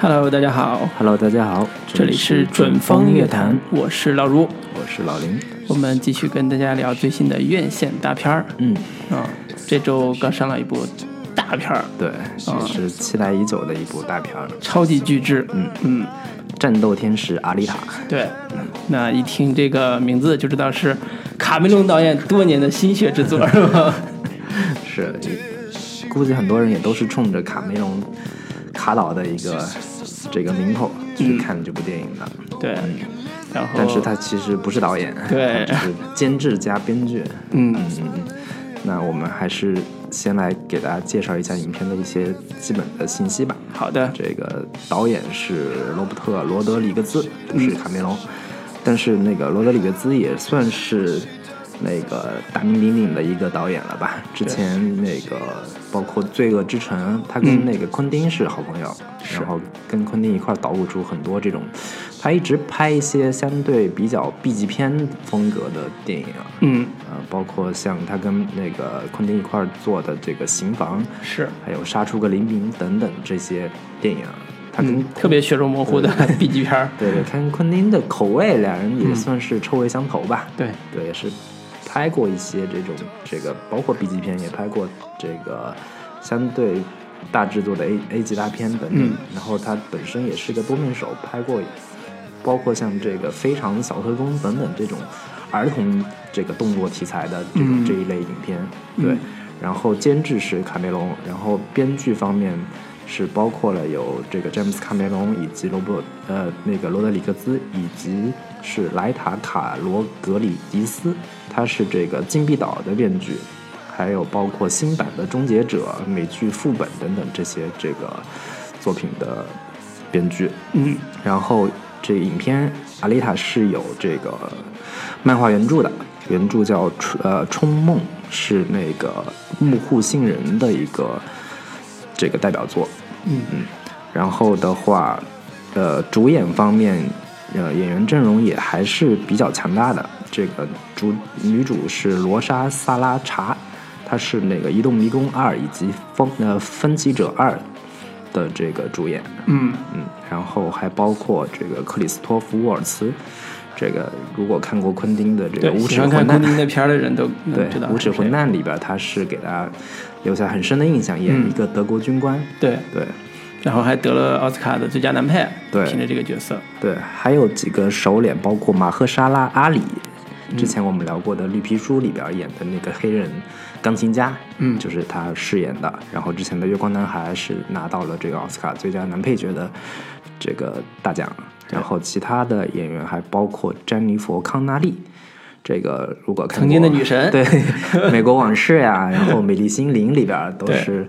Hello，大家好， Hello，大家好，这里是准风乐坛，，我是老卢，我是老林。我们继续跟大家聊最新的院线大片儿。嗯，啊，这周刚上了一部大片儿，对，也是期待已久的一部大片儿，超级巨制。嗯嗯， 《战斗天使阿丽塔》。对，那一听这个名字就知道是卡梅隆导演多年的心血之 作，是吧？是，估计很多人也都是冲着卡梅隆卡导的一个这个名头去看这部电影的。对，然后但是他其实不是导演，对他只是监制加编剧。嗯哦嗯嗯。那我们还是先来给大家介绍一下影片的一些基本的信息吧。好的，这个导演是罗伯特·罗德里格兹，不是卡梅隆。但是那个罗德里格兹也算是那个大名鼎鼎的一个导演了吧？之前那个包括《罪恶之城》，他跟那个昆汀是好朋友，然后跟昆汀一块儿捣鼓出很多这种，他一直拍一些相对比较 B 级片风格的电影啊。嗯呃，包括像他跟那个昆汀一块儿做的这个《刑房》，是。还有《杀出个黎明》等等这些电影，啊他跟、嗯，特别血肉模糊的 B 级片儿，对对，他跟昆汀的口味，俩人也算是臭味相投吧。嗯对，对，也是拍过一些这种这个，包括 B 级片，也拍过这个相对大制作的 A A 级大片等等。嗯然后他本身也是个多面手，拍过包括像这个《非常小特工》等等这种儿童这个动作题材的这种、嗯这一类影片。对，然后监制是卡梅隆，然后编剧方面。是包括了有这个詹姆斯卡梅隆以及罗伯呃那个罗德里格兹以及是莱塔卡罗格里迪斯，他是这个《禁闭岛》的编剧，还有包括新版的《终结者》美剧副本等等这些这个作品的编剧。嗯，然后这影片《阿丽塔》是有这个漫画原著的，原著叫《呃冲梦》，是那个木户信人的一个这个代表作。嗯嗯，然后的话，呃，主演方面，呃，演员阵容也还是比较强大的。这个主女主是罗莎·萨拉查，她是那个《移动迷宫二》以及《风呃分歧者二》的这个主演。嗯嗯，然后还包括这个克里斯托弗·沃尔茨，这个如果看过昆汀的这个《嗯对，无喜耻欢看混昆蛋》，汀的片儿的人都能对知道《无耻是谁混蛋》里边，他是给大家留下很深的印象，演一个德国军官。对，对然后还得了奥斯卡的最佳男配，对凭着这个角色，对，还有几个熟脸，包括马赫沙拉·阿里，嗯之前我们聊过的《绿皮书》里边演的那个黑人钢琴家，嗯就是他饰演的。然后之前的《月光男孩》是拿到了这个奥斯卡最佳男配角的这个大奖。然后其他的演员还包括詹妮弗·康纳利，这个如果看曾经的过女神 对《美国往事》呀，然后《美丽心灵》里边都是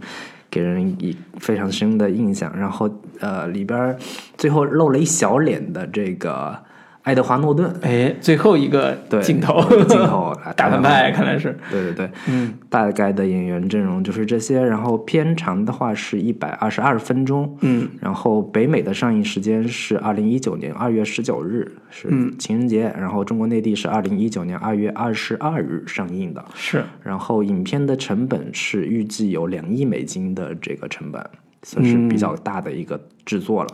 给人以非常深的印象。然后呃，里边最后露了一小脸的这个爱德华·诺顿，哎，最后一个对镜头，有一个镜 头啊大反派看来是，对对对，嗯，大概的演员阵容就是这些。然后片长的话是一百二十二分钟，嗯，然后北美的上映时间是二零一九年二月十九日，是嗯情人节。然后中国内地是二零一九年二月二十二日上映的。是，然后影片的成本是预计有两亿美金的这个成本，算是比较大的一个制作了。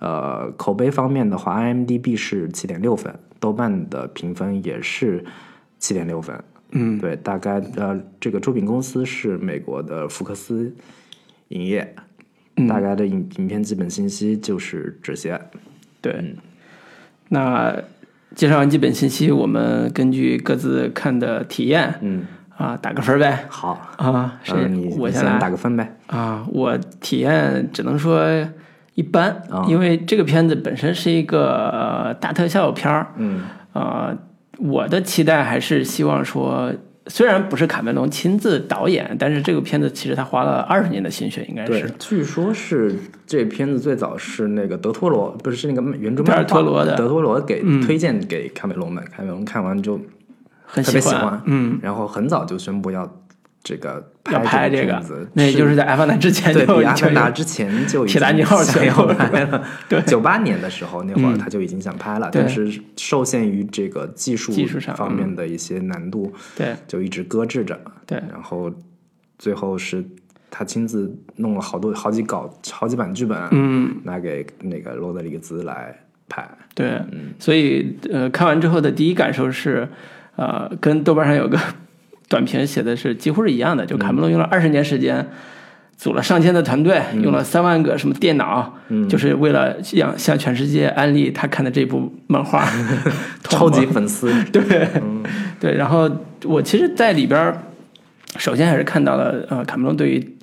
呃，口碑方面的话，IMDB 是七点六分，豆瓣的评分也是七点六分。嗯，对，大概呃，这个出品公司是美国的福克斯影业。嗯大概的影影片基本信息就是这些。嗯对。那介绍完基本信息，我们根据各自看的体验，嗯，啊，打个分儿呗。好，啊，谁嗯，你我你先先来打个分呗。啊，我体验只能说一般啊，因为这个片子本身是一个呃大特效片儿，嗯呃，我的期待还是希望说，虽然不是卡梅隆亲自导演，但是这个片子其实他花了二十年的心血，应该对是，据说是这片子最早是那个德托罗，不是是那个原著漫画德托罗的嗯德托罗给推荐给卡梅隆的，卡梅隆看完就很特别喜欢欢，，嗯，然后很早就宣布要这个要拍这这个个片子，，那也就是在《阿凡达》之前就对比《阿就凡达》有之前就已经铁达尼号想前要后拍了。 对九八年的时候那会儿嗯他就已经想拍了，对但是受限于这个技术技术上嗯方面的一些难度，对就一直搁置着。对然后最后是他亲自弄了好多好几稿、好几版剧本，嗯，拿给那个罗德里格兹来拍。对，嗯所以呃，看完之后的第一感受是，呃，跟豆瓣上有个 短评写的是几乎是一样的，就卡梅嗯隆用了二十年时间，组了上千的团队，用了三万个什么电脑，嗯就是为了向向全世界安利他看的这部漫画， 超级粉丝，对，对。然后我其实，在里边儿，首先还是看到了呃，卡梅隆对于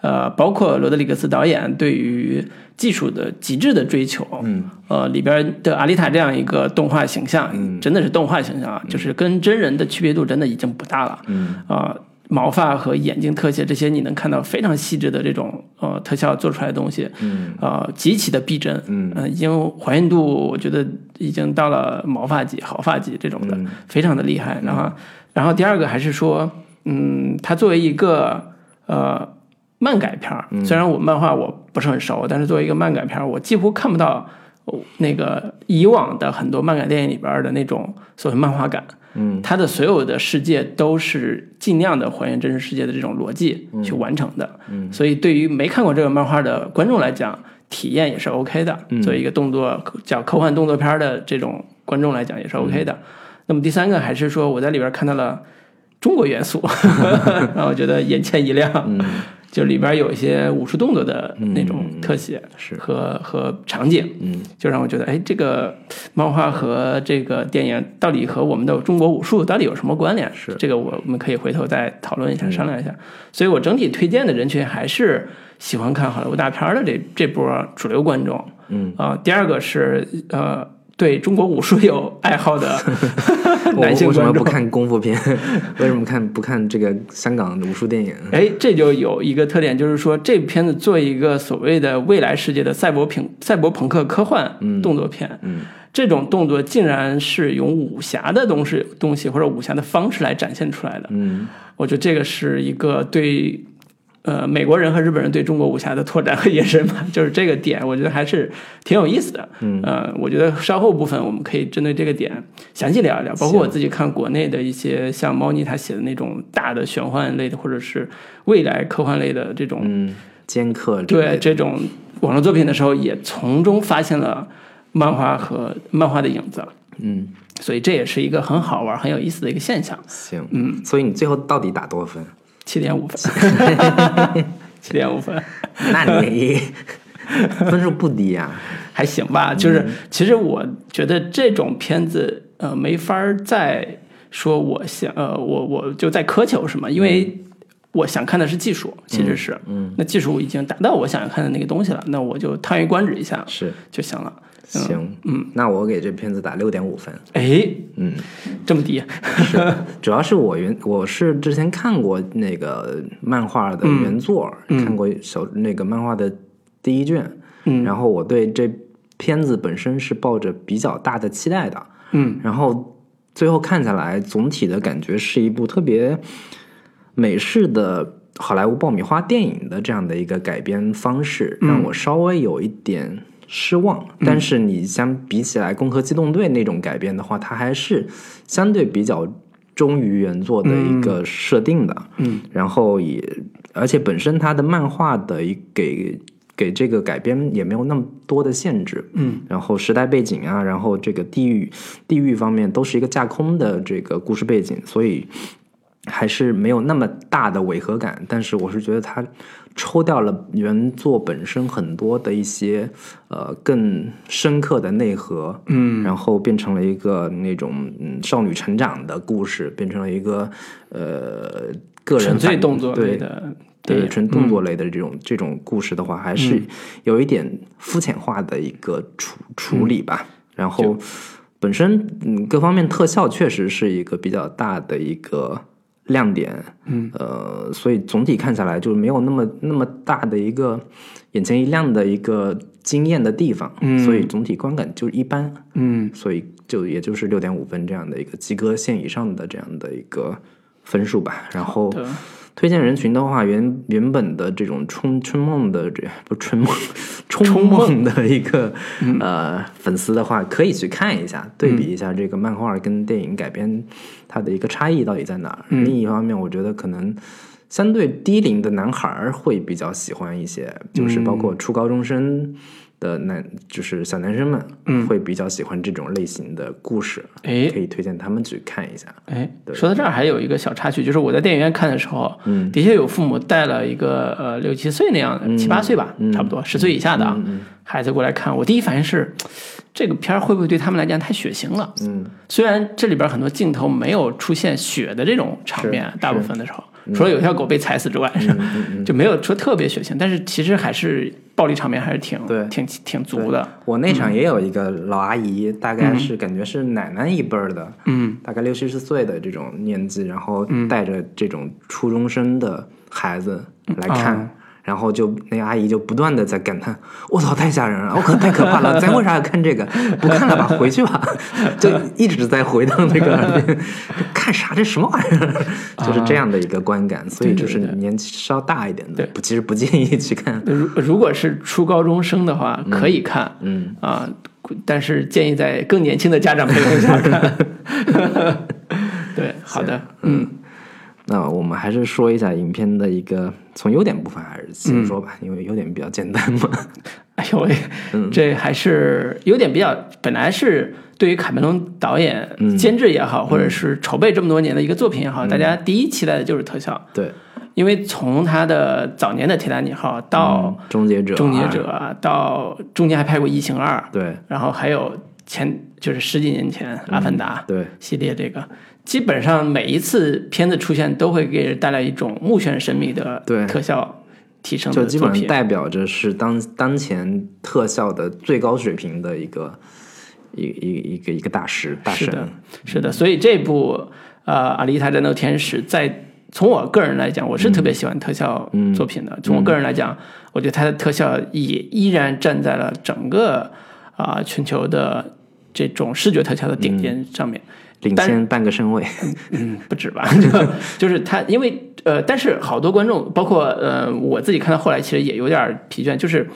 呃，包括罗德里格斯导演对于技术的极致的追求。嗯，呃，里边的阿丽塔这样一个动画形象，嗯真的是动画形象啊，就是跟真人的区别度真的已经不大了。嗯，啊、毛发和眼睛特写这些，你能看到非常细致的这种呃特效做出来的东西，嗯，呃，极其的逼真，嗯呃已经还原度我觉得已经到了毛发级、毫发级这种嗯的，非常的厉害。然后，然后第二个还是说，嗯，它作为一个呃漫改片儿，嗯虽然我漫画我不是很熟，但是作为一个漫改片儿，我几乎看不到。哦那个以往的很多漫改电影里边儿的那种所谓漫画感，嗯，它的所有的世界都是尽量的还原真实世界的这种逻辑去完成的，嗯，所以对于没看过这个漫画的观众来讲，体验也是 OK 的。嗯作为一个动作叫科幻动作片的这种观众来讲也是 OK 的。嗯那么第三个还是说我在里边看到了中国元 素，让我觉得眼前一亮，嗯就里边有一些武术动作的那种特写嗯是和、和场景，嗯，就让我觉得，哎，这个漫画和这个电影到底和我们的中国武术到底有什么关联？是嗯这个我我们可以回头再讨论一下，商量一下。所以我整体推荐的人群还是喜欢看好莱坞大片儿的这这波主流观众。嗯啊、第二个是呃，对中国武术有爱好 的我男性为什么观众不。看功夫片？ 为什么看不看这个香港的武术电影？哎，这就有一个特点，就是说这片子做一个所谓的未来世界的赛博朋赛博朋克科幻动作片，嗯这种动作竟然是用武侠的东西东西或者武侠的方式来展现出来的，嗯，我觉得这个是一个对。呃，美国人和日本人对中国武侠的拓展和延伸吧，就是这个点，我觉得还是挺有意思的。嗯，呃，我觉得稍后部分我们可以针对这个点详细聊一聊，包括我自己看国内的一些像猫腻他写的那种大的玄幻类的，或者是未来科幻类的这种嗯，剑客之类对的这种网络作品的时候，也从中发现了漫画和漫画的影子，嗯，所以这也是一个很好玩、很有意思的一个现象。行，嗯，所以你最后到底打多少分？七点五分， 七点五分 那你分数不低啊，还行吧。就是其实我觉得这种片子，呃，没法儿再说我想，呃，我我就在苛求什么，因为。我想看的是技术，其实是，嗯，那技术已经达到我想看的那个东西了，那我就叹为观止一下是就行了。行，嗯，那我给这片子打六点五分，哎，嗯，这么低，是，主要是我原我是之前看过那个漫画的原作，看过首那个漫画的第一卷，嗯然后我对这片子本身是抱着比较大的期待的，嗯，然后最后看下来，总体的感觉是一部特别美式的好莱坞爆米花电影的这样的一个改编方式，嗯让我稍微有一点失望。但是你相比起来，《攻壳机动队》那种改编的话，它还是相对比较忠于原作的一个设定的。嗯，然后也而且本身它的漫画的一给给这个改编也没有那么多的限制，嗯，然后时代背景啊，然后这个地域地域方面都是一个架空的这个故事背景，所以还是没有那么大的违和感。但是我是觉得它抽掉了原作本身很多的一些呃更深刻的内核，嗯，然后变成了一个那种嗯少女成长的故事，变成了一个呃个人纯粹反动作类对的，对，嗯纯动作类的这种、这种故事的话，还是有一点肤浅化的一个处、处理吧。然后本身嗯各方面特效确实是一个比较大的一个亮点，嗯呃，所以总体看下来就是没有那么那么大的一个眼前一亮的一个惊艳的地方，嗯、所以总体观感就是一般，嗯，所以就也就是六点五分这样的一个及格线以上的这样的一个分数吧。然后的推荐人群的话，原原本的这种春春梦的这不春梦 冲冲梦梦的一个、呃粉丝的话，可以去看一下，对比一下这个漫画跟电影改编它的一个差异到底在哪儿。另一方面，我觉得可能相对低龄的男孩儿会比较喜欢一些，就是包括初高中生的男，就是小男生们会比较喜欢这种类型的故事，哎可以推荐他们去看一下。哎，对说到这儿还有一个小插曲，就是我在电影院看的时候，嗯，的确有父母带了一个呃六七岁那样嗯的，七八岁吧，差不多十岁以下的啊、孩子过来看，我第一反应是。这个片儿会不会对他们来讲太血腥了？嗯，虽然这里边很多镜头没有出现血的这种场面是，嗯大部分的时候，除了有条狗被踩死之外， 就没有说特别血腥，但是其实还是暴力场面还是挺对挺挺足的。我那场也有一个老阿姨，大概是感觉是奶奶一辈儿的，嗯，大概六七十岁的这种年纪，然后带着这种初中生的孩子来看。然后就那个阿姨就不断的在感叹，我操，太吓人了，我可太可怕了，咱为啥要看这个？不看了吧，回去吧， 就一直在回荡这个耳边，看啥这什么玩意儿？ 就是这样的一个观感，所以就是年纪稍大一点的，对不其实不建议去看。如如果是初高中生的话，可以看，嗯啊、但是建议在更年轻的家长陪同下 看。对，好的，嗯，那我们还是说一下影片的一个从优点部分还是先说嗯吧，因为优点比较简单嘛。 哎呦喂，这还是有点比较，本来是对于卡梅隆导演监制也好，或者是筹备这么多年的一个作品也好，大家第一期待的就是特效，对，因为从他的早年的《铁达尼号》到《嗯终结者》，《嗯哎哦终结者》，啊到中间还拍过《异形二》，对然后还有前就是十几年前《阿凡达》对，系列这个，基本上每一次片子出现都会给人带来一种目眩神迷的对特效提升就的基作本上品。代表着是当当前特效的最高水平的一个一一一个一个大师大是的神。，是的，所以这部呃《阿丽塔战斗天使》在从我个人来讲，嗯我是特别喜欢特效作品的。从我个人来讲，我觉得它的特效也依然站在了整个啊、全球的这种视觉特效的嗯顶尖上面。领但先半个身位，嗯，不止吧， 就就是他，因为呃，但是好多观众，包括呃我自己看到后来，其实也有点疲倦，就是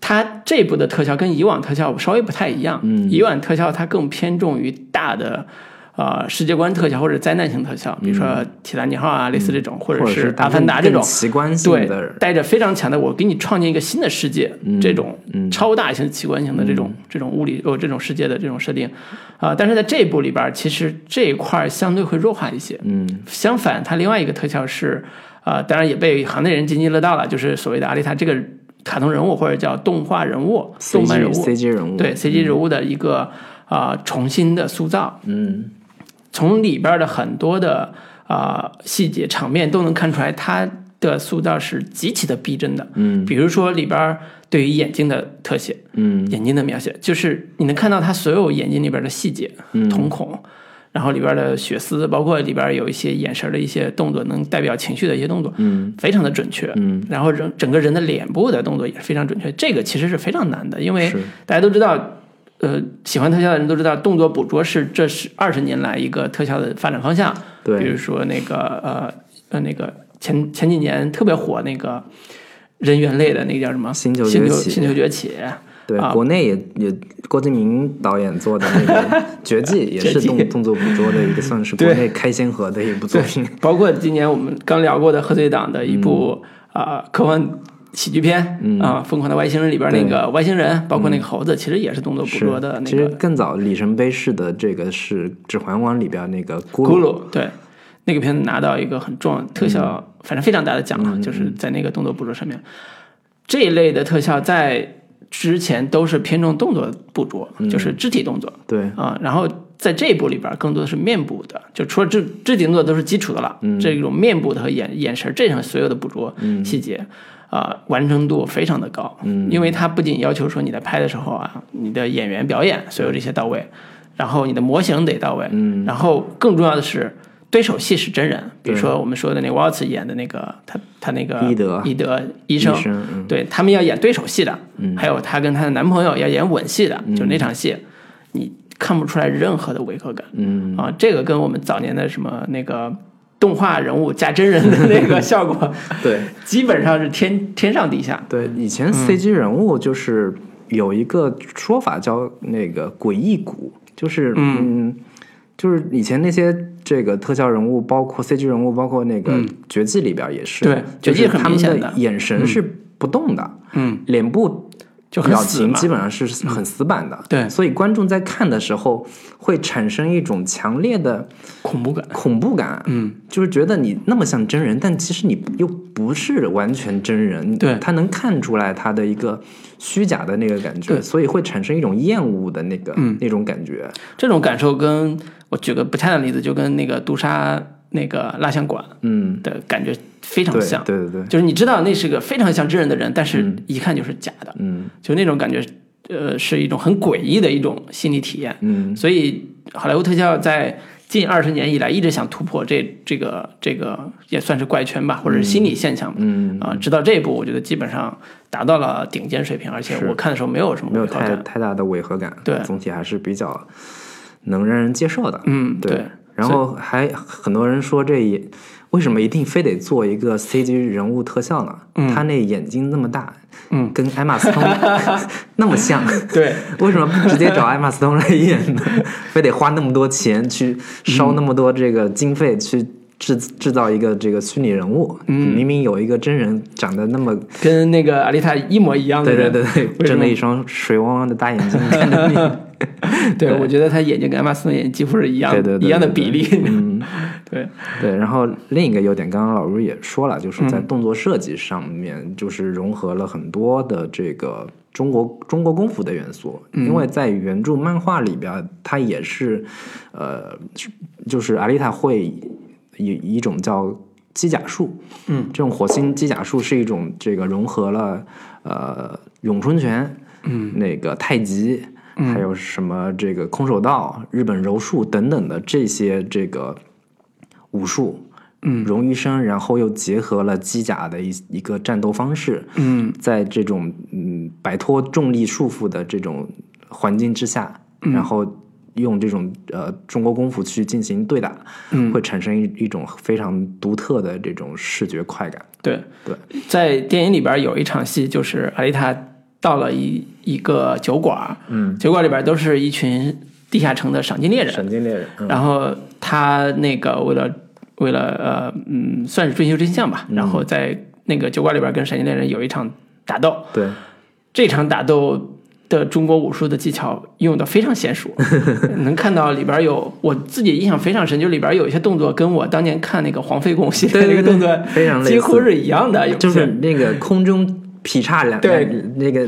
他这部的特效跟以往特效稍微不太一样，嗯，以往特效它更偏重于大的。呃，世界观特效或者灾难性特效，比如说《铁达尼号》啊，类似这种，或者或者是是《阿凡达》这更种，奇观性对的，带着非常强的我给你创建一个新的世界，这种超大型奇观型的这种、这种物理哦这种世界的这种设定，啊、但是在这一部里边儿，其实这一块儿相对会弱化一些。嗯，相反，它另外一个特效是，啊、当然也被行内人津津乐道了，就是所谓的阿丽塔这个卡通人物或者叫动画人物、动漫人 CG 物，嗯 CG 人物，对 CG 人物的一个啊、重新的塑造。嗯，从里边的很多的啊、细节场面都能看出来，它的塑造是极其的逼真的。嗯，比如说里边对于眼睛的特写，嗯，眼睛的描写，就是你能看到它所有眼睛里边的细节，嗯，瞳孔。然后里边的血丝，包括里边有一些眼神的一些动作，能代表情绪的一些动作，嗯，非常的准确，嗯。然后人整个人的脸部的动作也是非常准确，这个其实是非常难的，因为是大家都知道，呃，喜欢特效的人都知道，动作捕捉是这是二十年来一个特效的发展方向。对比如说那个呃呃那个前前几年特别火那个人猿类的那个叫什么？星球星崛球起嗯星球崛 起。对，啊国内也也郭敬明导演做的那 个《绝技》，也是绝技动动作捕捉的一个，算是国内开先河的一部作 品。包括今年我们刚聊过的贺岁档的一部啊、呃科幻喜剧片啊、嗯疯狂的外星人》里边那个外星人，包括那个猴子，其实也是动作捕是捉的那其实个更早里程碑式的这个是《指环王》里边那个咕咕噜，噜，对，那个片子拿到一个很重要特效，反正非常大的奖啊，就是在那个动作捕捉上面，这一类的特效在之前都是偏重动作捕捉，就是肢体动作对，啊、然后在这一部里边更多的是面部的，就除了肢肢体动作都是基础的了，嗯这种面部的和眼眼神这上所有的捕捉细节。啊、完成度非常的高，嗯，因为它不仅要求说你在拍的时候啊，你的演员表演所有这些到位，然后你的模型得到位，嗯，然后更重要的是对手戏是真人，比如说我们说的那个沃茨演的那个他他那个伊德伊德医医生，生嗯对他们要演对手戏的，还有她跟她的男朋友要演吻戏的，就那场戏，你看不出来任何的违和感，嗯啊，这个跟我们早年的什么那个动画人物加真人的那个效果，对基本上是天天上地下，对，以前嗯 CG 人物就是有一个说法叫那个诡异谷，就是嗯就是以前那些这个特效人物，包括 CG 人物，包括那个《绝技》里边也是，嗯对绝就技是很他明们显的的眼神是不动的，嗯，脸部就很表死情嘛基本上是很死板的，对所以观众在看的时候会产生一种强烈的恐怖感。恐怖感，嗯，就是觉得你那么像真人，但其实你又不是完全真人，对他能看出来他的一个虚假的那个感觉，对嗯所以会产生一种厌恶的那个、那种感觉，这种感受跟我举个不恰当的例子，就跟那个毒杀那个蜡像馆嗯，的感觉非常对像，对对对，就是你知道那是个非常像真人的人，但是一看就是假的，嗯就那种感觉，呃，是一种很诡异的一种心理体验。嗯所以好莱坞特效在近二十年以来一直想突破这这个这个也算是怪圈吧，或者是心理现象吧。嗯，啊，直到这一步，我觉得基本上达到了顶尖水平，而且是我看的时候没有什么没有违和太感太大的违和感，对总体还是比较能让人接受的，嗯，对对，然后还很多人说这也为什么一定非得做一个 CG 人物特效呢？他那眼睛那么大，嗯，跟艾玛斯通 那么像， 对，为什么不直接找艾玛斯通 来演呢？非得花那么多钱去烧那么多这个经费去制制造一个这个虚拟人物？嗯，明明有一个真人长得那么。跟那个阿丽塔一模一样的对对人，对对，为什睁么了一双水汪汪的大眼睛看着你，对，我觉得他眼睛跟艾玛斯通眼睛几乎是一样对对对一样的对比例。嗯，对，对，然后另一个优点，刚刚老卢也说了，就是在动作设计上面，就是融合了很多的这个中国中国功夫的元素，因为在原著漫画里边，它也是，呃，是就是阿丽塔会以一种叫机甲术，嗯，这种火星机甲术是一种这个融合了呃咏春拳，嗯，那个太极。还有什么这个空手道、日本柔术等等的这些这个武术，嗯，融于一身，然后又结合了机甲的一一个战斗方式，嗯，在这种嗯摆脱重力束缚的这种环境之下，然后用这种呃中国功夫去进行对打，嗯，会产生一一种非常独特的这种视觉快感，对对，在电影里边有一场戏，就是阿丽塔到了一一个酒馆，嗯，酒馆里边都是一群地下城的赏金猎人，神经猎人，嗯然后他那个为了为了呃嗯，算是追求真相吧，嗯然后在那个酒馆里边跟赏金猎人有一场打斗，对，这场打斗的中国武术的技巧用的非常娴 熟，能看到里边有我自己印象非常深，就里边有一些动作跟我当年看那个黄飞鸿系列的那个动作非常类似几乎是一样的，有些就是 那个空中劈叉两对两那个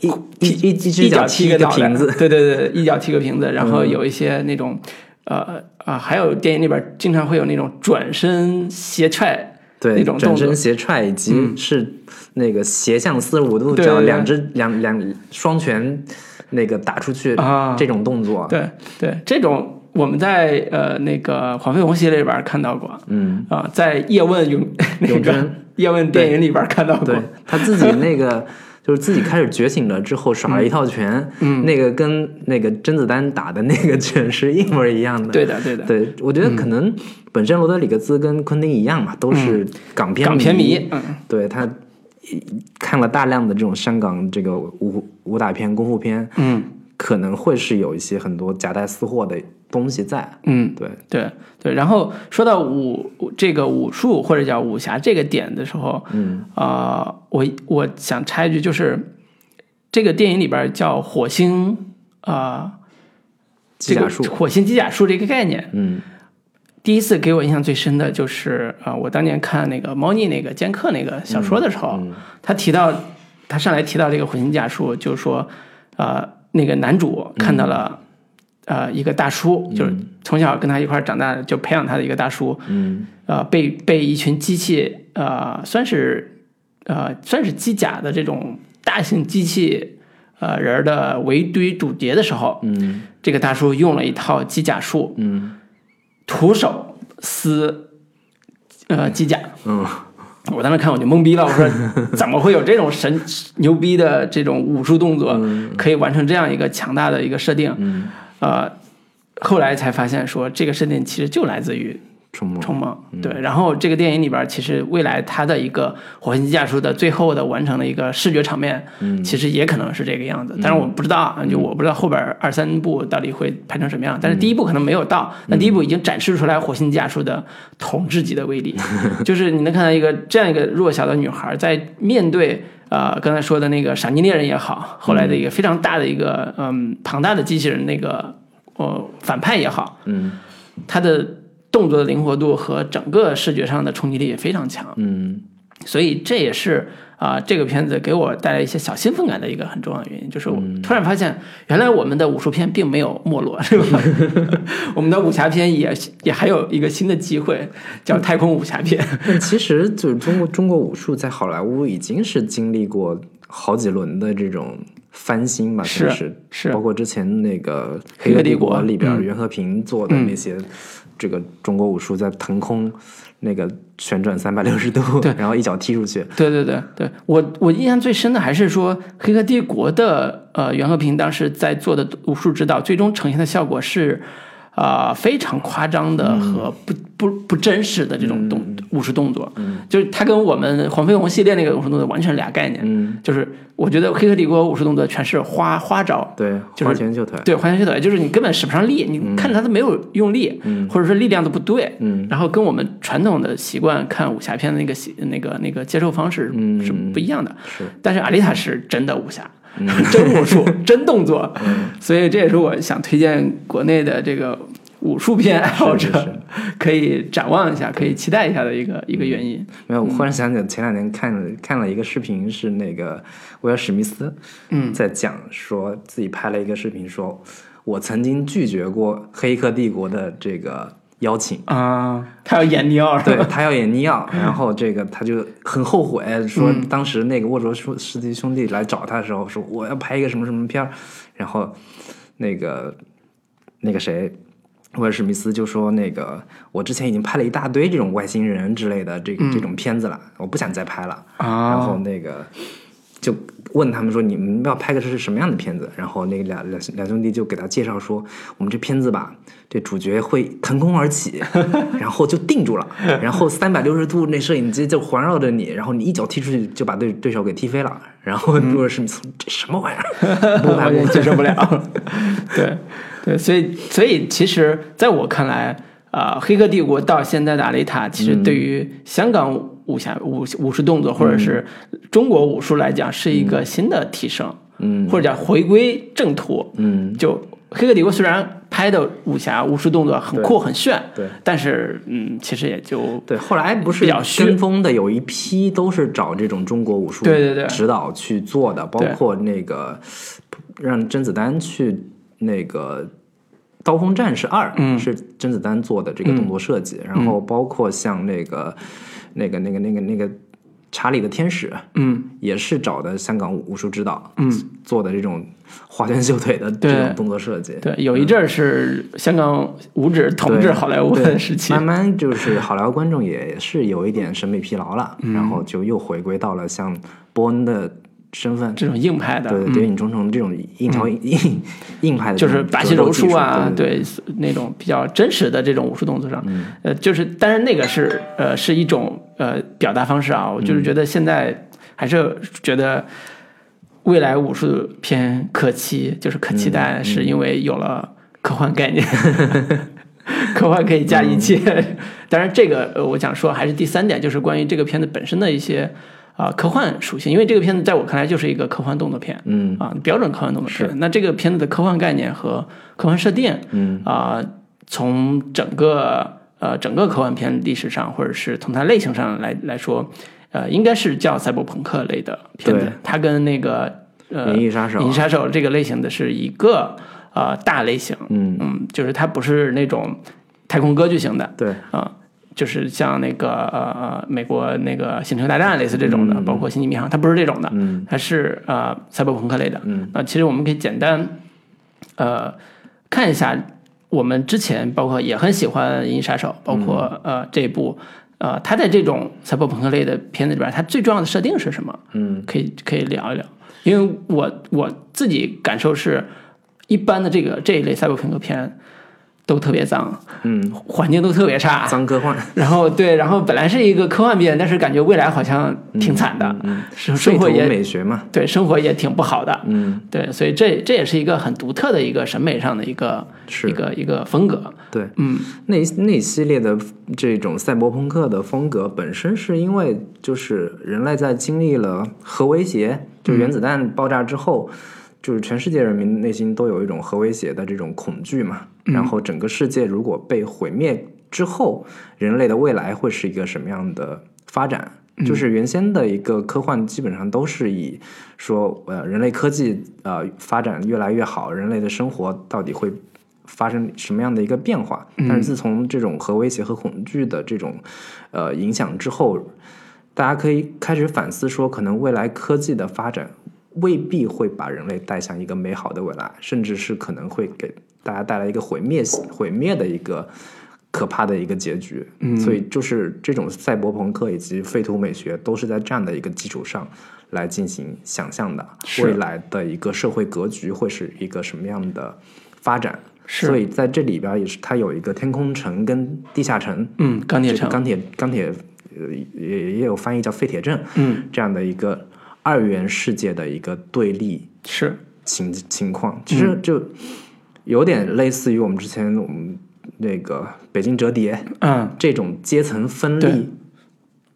一一一一只一脚脚踢踢个个脑袋瓶子，， 嗯对对对，一脚踢个瓶子，然后有一些那种。呃啊、还有电影里边经常会有那种转身啊斜踹，对，那种转动作嗯身斜踹以及是那个斜向四十五度对角，对对两只两两双拳那个打出去啊这种动作，对对，这种我们在呃那个黄飞鸿系列里边看到过，嗯，啊、在叶问咏 那咏个春叶问电影里边看到过对，他自己那个就是自己开始觉醒了之后耍了一套拳，嗯，那个跟那个甄子丹打的那个拳是一模一样的，对的，对的，嗯对，我觉得可能本身罗德里格兹跟昆汀一样嘛，都是港片港片迷，嗯，对他一看了大量的这种香港这个武武打片、功夫片，嗯，可能会是有一些很多夹带私货的东西在。嗯，对，对对。然后说到武武这个武术或者叫武侠这个点的时候，嗯，啊，我我想插一句，就是这个电影里边叫火星啊、机这甲个术，火星机甲术这个概念，嗯第一次给我印象最深的就是啊、我当年看那个猫腻那个剑客那个小说的时嗯候，他提到他上来提到这个火星假术，就说呃那个男主嗯看到了、呃一个大叔，就是从小跟他一块儿长大就培养他的一个大叔，嗯呃被被一群机器呃算是呃算是机甲的这种大型机器呃人儿的围堆堵截的时候，嗯这个大叔用了一套机甲术，嗯徒手撕呃机甲。嗯，我当时看我就懵逼了，我说怎么会有这种神牛逼的这种武术动作，可以完成这样一个强大的一个设定？呃，后来才发现说这个设定其实就来自于冲梦，嗯冲梦，对。然后这个电影里边，其实未来它的一个火星机架术的最后的完成的一个视觉场面，嗯其实也可能是这个样子。但是我不知道啊，就我不知道后边二三部到底会拍成什么样。但是第一部可能没有到，嗯但第一部已经展示出来火星机架术的统治级的 威力，就是你能看到一个这样一个弱小的女孩在面对。呃，刚才说的那个闪金猎人也好，后嗯来的一个非常大的一个嗯庞大的机器人那个呃反派也好，嗯它的动作的灵活度和整个视觉上的冲击力也非常强，嗯所以这也是啊、这个片子给我带来一些小兴奋感的一个很重要的原因，就是我突然发现，原来我们的武术片并没有没落，是吧？我们的武侠片也也还有一个新的机会，叫太空武侠片，但其实就是中国中国武术在好莱坞已经是经历过好几轮的这种翻新吧，是算是是包括之前那个《黑黑客客帝帝国国》里边嗯袁和平做的那些，这个中国武术在腾空那个旋转三百六十度，然后一脚踢出去，对对对对，我我印象最深的还是说《黑客帝国》的呃袁和平当时在做的武术指导，最终呈现的效果是。啊、非常夸张的和不不不真实的这种动、武术动作，就是它跟我们黄飞鸿系列那个武术动作完全俩概念。嗯，就是我觉得《黑客帝国》武术动作全是花花招，对，就是花拳绣腿，对，还原血腿就是你根本使不上力，你看着它都没有用力，或者说力量都不对，嗯然后跟我们传统的习惯看武侠片的那个习那个那个接受方式嗯是不一样的。是嗯但是阿丽塔是真的武侠， 真武 术，真动作，所以这也是我想推荐国内的这个武术片爱好是是是者 可以展望一下，可以期待一下的一个一个原因。没有，我忽然想起来前两天看了看了一个视频，是那个威尔史密斯，嗯，在讲说自己拍了一个视频说，我曾经拒绝过《黑客帝国》的这个邀请，啊，他要演尼 奥是嗯对吧？嗯他要演尼奥，然后这个他就很后悔，说当时那个沃卓兄师弟兄弟来找他的时候，说我要拍一个什么什么片儿，然后那个那个谁。威尔史密斯就说：“那个，我之前已经拍了一大堆这种外星人之类的嗯这这种片子了，我不想再拍了。然啊，后那个就问他们说你们要拍个是什么样的片子？然后那个两两两兄弟就给他介绍说，我们这片子吧，这主角会腾空而起，然后就定住了，然后三百六十度那摄影机就环绕着你，然后你一脚踢出去就把对对手给踢飞了。然后威尔史密斯说这什么玩意 儿？不拍我不也拍接受不了。 对对，所以所以其实在我看来，啊、黑客帝国》到现在的《阿雷塔》，其实嗯对于香港武侠武武术动作或者是中国武术来讲，是一个新的提升，嗯或者叫回归正途。嗯，就《黑客帝国》虽然拍的武侠武术动作很酷很炫，对但是嗯，其实也就对，后来不是比较虚跟风的有一批都是找这种中国武术对对对指导去做的，包对括那个让甄子丹去那个《刀锋战士二》，嗯是甄子丹做的这个动作设计，然后包括像那个、那个那个那个那个查理的天使，嗯也是找的香港武术指导，嗯，做的这种花拳绣腿的这对种动作设计，对，有一阵儿是香港武指统治对好莱坞对的时期。慢慢就是好莱坞观众也是有一点审美疲劳嗯了，然后就又回归到了像波恩的身份，这种硬派的，嗯对对，谍影重重这种硬桥硬硬硬派的就这种是格斗技，巴西柔术啊，对嗯对那种比较真实的这种武术动作上，呃，就是但是那个是呃是一种呃表达方式啊，我嗯就是觉得现在还是觉得未来武术片可期，就是可嗯期待，是因为有了科幻概念。 科幻可以加一切，嗯 当然这个呃，我想说还是第三点，就是关于这个片子本身的一些啊、科幻属性，因为这个片子在我看来就是一个科幻动作片，嗯啊，标准科幻动作片。那这个片子的科幻概念和科幻设定，嗯啊、从整个呃整个科幻片历史上，或者是从它类型上来来说，呃，应该是叫赛博朋克类的片子对。它跟那个呃银翼杀手银翼杀手这个类型的是一个呃大类型，嗯嗯，就是它不是那种太空歌剧型的，对啊、就是像那个呃呃美国那个星球大战类似这种的，包括星际迷航，它不是这种的，它是呃赛博朋克类的。嗯，那其实我们可以简单呃看一下我们之前包括也很喜欢《银翼杀手》，包括、呃这一部。呃，它在这种赛博朋克类的片子里边，它最重要的设定是什么？嗯，可以可以聊一聊。因为我我自己感受是，一般的这个这一类赛博朋克片，都特别脏，嗯，环境都特别差，脏科幻，然后对，然后本来是一个科幻片，但是感觉未来好像挺惨的，嗯，生睡生活头也美学嘛，对，生活也挺不好的，嗯，对，所以这这也是一个很独特的一个审美上的一个是一个一个风格，对，嗯，那那系列的这种赛博朋克的风格，本身是因为就是人类在经历了核威胁，就嗯原子弹爆炸之后，就是全世界人民内心都有一种核威胁的这种恐惧嘛。然后整个世界如果被毁灭之后，人类的未来会是一个什么样的发展？就是原先的一个科幻，基本上都是以说，呃，人类科技呃发展越来越好，人类的生活到底会发生什么样的一个变化？但是自从这种核威胁和恐惧的这种呃影响之后，大家可以开始反思说，可能未来科技的发展未必会把人类带向一个美好的未来，甚至是可能会给大家带来一个毁灭性、毁灭的一个可怕的一个结局。嗯，所以就是这种赛博朋克以及废土美学都是在这样的一个基础上来进行想象的，是未来的一个社会格局会是一个什么样的发展？是所以在这里边也是它有一个天空城跟地下城。嗯，钢铁这个城，钢铁钢铁呃也也有翻译叫废铁镇，嗯，这样的一个二元世界的一个对立是，情情况，其嗯实就有点类似于我们之前我们那个北京折叠嗯这种阶层分对立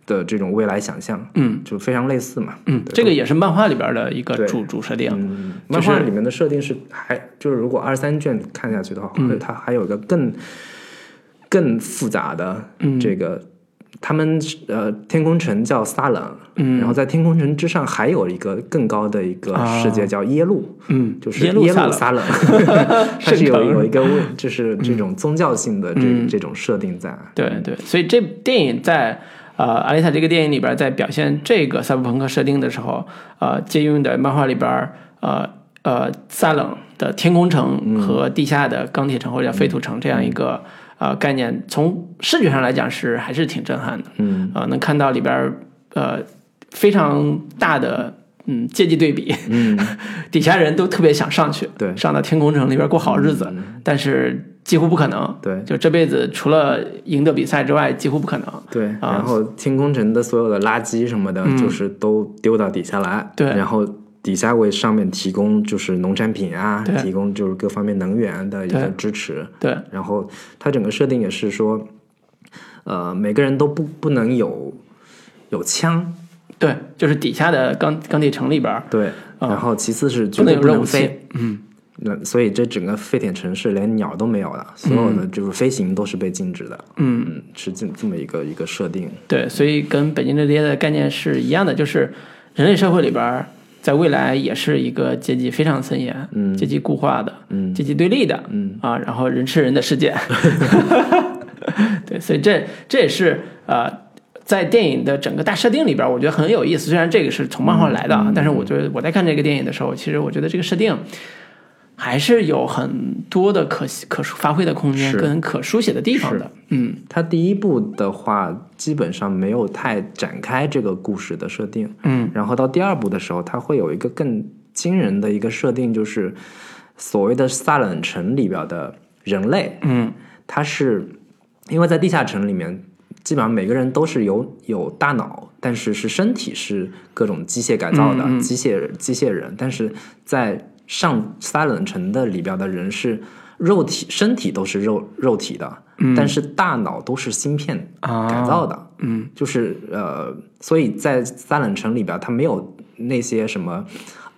的这种未来想象，嗯就非常类似嘛。嗯，对这个也是漫画里边的一个对主主设定，嗯，就漫是画里面的设定是还就是如果二三卷看下去的话，嗯会它还有一个更更复杂的嗯这个，他们是呃天空城叫撒冷，嗯然后在天空城之上还有一个更高的一个世界叫耶路，啊嗯，就是耶路路撒冷，撒冷， 它是有圣城嗯有一个就是这种宗教性的这、这种设定在，对对，所以这电影在呃《阿丽塔》这个电影里边，在表现这个赛博朋克设定的时候，呃，借用的漫画里边，呃呃，撒冷的天空城嗯和地下的钢铁城或者叫废土城这样一个、呃概念，从视觉上来讲是还是挺震撼的。嗯，呃，能看到里边儿呃非常大的嗯阶级对比，嗯， 底下人都特别想上去，对嗯上到天空城里边过好日子，但是几乎不可能，对就这辈子除了赢得比赛之外，几乎不可能。对，然后天空城的所有的垃圾什么的，就是都丢到底下来。嗯对然后底下为上面提供就是农产品啊对，提供就是各方面能源的一个对支持。对，然后它整个设定也是说，呃，每个人都不不能有有枪，对，就是底下的钢钢铁城里边儿，对，然后其次是绝啊能对有不热能武器飞，嗯。那所以这整个废铁城市连鸟都没有了，所有的嗯就是飞行都是被禁止的。嗯嗯，是这这么一个一个设定。对，所以跟北京折叠的概念是一样的，就是人类社会里边儿，在未来也是一个阶级非常森严、嗯阶级固化的、嗯阶级对立的，嗯啊，然后人吃人的世界。 对，所以这这也是呃，在电影的整个大设定里边儿，我觉得很有意思。虽然这个是从漫画来嗯的，啊，但是我觉得我在看这个电影的时候，其实我觉得这个设定。还是有很多的可可发挥的空间是跟可书写的地方的，嗯，它第一部的话，基本上没有太展开这个故事的设定，嗯，然后到第二部的时候，它会有一个更惊人的一个设定，就是所谓的萨冷城里边的人类，嗯，它是因为在地下城里面，基本上每个人都是有有大脑，但是是身体是各种机械改造的、机械机械人，但是在上撒冷城的里边的人是肉体身体都是肉肉体的，但是大脑都是芯片啊改造的，嗯，就是呃，所以在撒冷城里边，它没有那些什么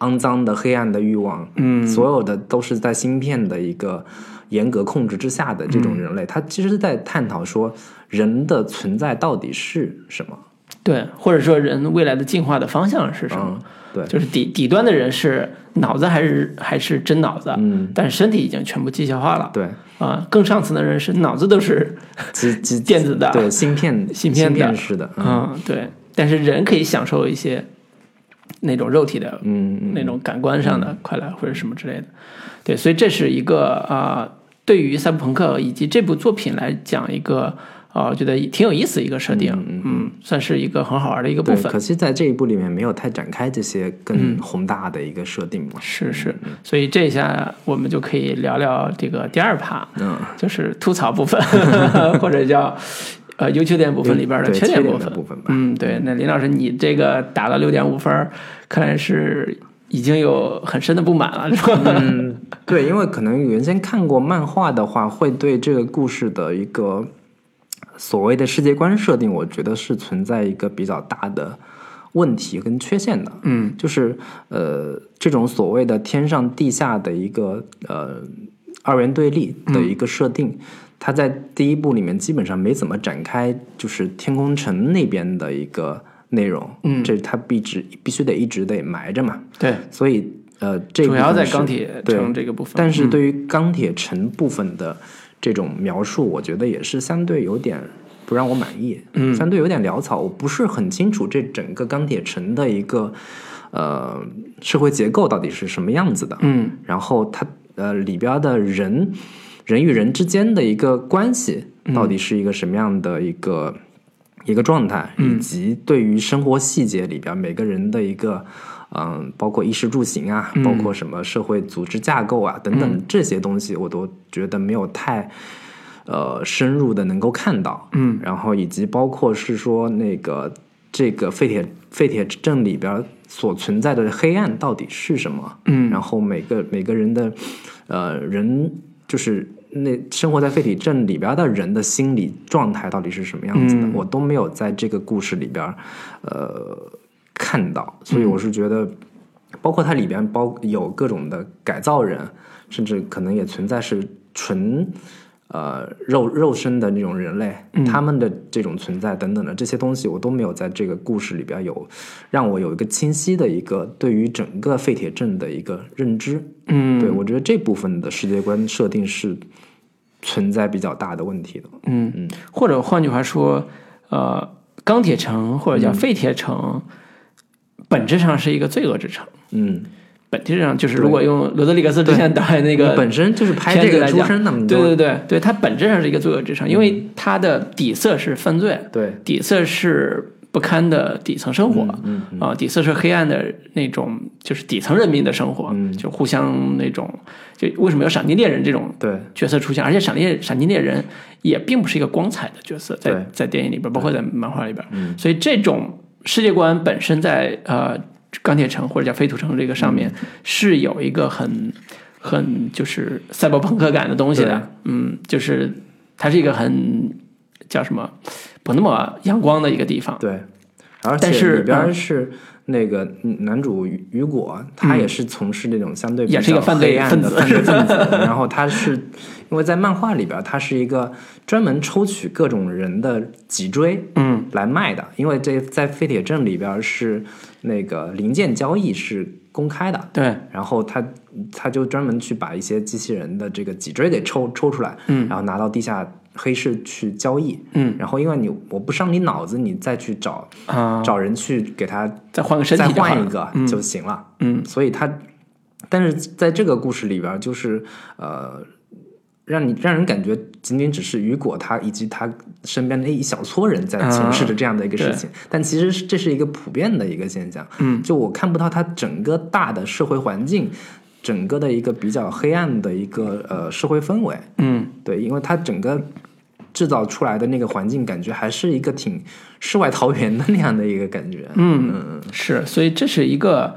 肮脏的、黑暗的欲望，嗯，所有的都是在芯片的一个严格控制之下的这嗯种人类，它其实是在探讨说人的存在到底是什么，对，或者说人未来的进化的方向是什么？嗯，对，就是底底端的人是脑子还是还是真脑子，嗯，但是身体已经全部机械化了对，啊、更上层的人是脑子都是机机 电子的，对芯片 芯片片的式的，嗯嗯，对，但是人可以享受一些那种肉体的嗯嗯那种感官上的快乐或者什么之类的。对，所以这是一个啊、呃对于赛博朋克以及这部作品来讲一个啊、我觉得挺有意思的一个设定，嗯算是一个很好玩的一个部对，分。嗯可惜在这一部里面没有太展开这些更宏大的一个设定嘛。是是，嗯所以这一下我们就可以聊聊这个第二趴，嗯，就是吐槽部分， 或者叫呃优缺点部分里边的对缺点部的分。部分吧。嗯，对，那林老师，你这个打了六点五分儿，看来是已经有很深的不满了，是吧？嗯 对，因为可能原先看过漫画的话，会对这个故事的一个所谓的世界观设定，我觉得是存在一个比较大的问题跟缺陷的。嗯，就是呃，这种所谓的天上地下的一个呃二元对立嗯的一个设定。它在第一部里面基本上没怎么展开，就是天空城那边的一个内容，嗯，这它必直必须得一直得埋着嘛， 对，所以呃，这主要部分在是钢铁对城这个部分。但是对于钢铁城部分的这种描述，我觉得也是相对有点不让我满意，嗯，相对有点潦草。我不是很清楚这整个钢铁城的一个呃社会结构到底是什么样子的，嗯，然后它呃里边的人人与人之间的一个关系到底是一个什么样的一个、一个状态，以及对于生活细节里边每个人的一个。嗯，包括衣食住行啊，包括什么社会组织架构啊、等等这些东西，我都觉得没有太呃深入的能够看到。嗯，然后以及包括是说那个这个废铁废铁镇里边所存在的黑暗到底是什么？嗯，然后每个每个人的呃人就是那生活在废铁镇里边的人的心理状态到底是什么样子的，我都没有在这个故事里边呃看到，所以我是觉得。包括它里边包有各种的改造人，甚至可能也存在是纯呃肉肉身的那种人类，嗯他们的这种存在等等的这些东西，我都没有在这个故事里边有让我有一个清晰的一个对于整个废铁镇的一个认知。嗯，对我觉得这部分的世界观设定是存在比较大的问题的。或者换句话说，呃，钢铁城或者叫废铁城，本质上是一个罪恶之城。嗯，本质上就是，如果用罗德里格斯之前导演那个本身就是拍片这子个来出讲身的，你就对对对对，它本质上是一个罪恶之城，因为它的底色是犯罪，对底色是不堪的底层生活，嗯啊，底色是黑暗的那种，就是底层人民的生活，就互相那种，就为什么有赏金猎人这种对角色出现，而且闪猎闪金猎人也并不是一个光彩的角色，对嗯在在电影里边，包括在漫画里边，所以这种世界观本身在呃钢铁城或者叫废土城这个上面、嗯是有一个很很就是赛博朋克感的东西对的，嗯，就是它是一个很叫什么不那么阳光的一个地方，对，而但且是嗯里边儿是那个男主雨雨果，他也是从事这种相对比嗯也是一个较犯罪黑暗分的子犯罪分子。 然后他是因为在漫画里边儿，他是一个专门抽取各种人的脊椎，嗯，来卖的。因为这在废铁镇里边儿是那个零件交易是公开的，对，然后他他就专门去把一些机器人的这个脊椎给抽抽出来，嗯，然后拿到地下黑市去交易，嗯，然后因为你我不伤你脑子，你再去找、啊找人去给他再换个身体再就好换一了，个就行了，嗯，所以他，但是在这个故事里边，就是呃。让你让人感觉仅仅只是雨果他以及他身边的一小撮人在从事着这样的一个事情，但其实是这是一个普遍的一个现象。嗯，就我看不到它整个大的社会环境，整个的一个比较黑暗的一个呃社会氛围。嗯，对，因为它整个制造出来的那个环境，感觉还是一个挺世外桃源的那样的一个感觉。嗯是，所以这是一个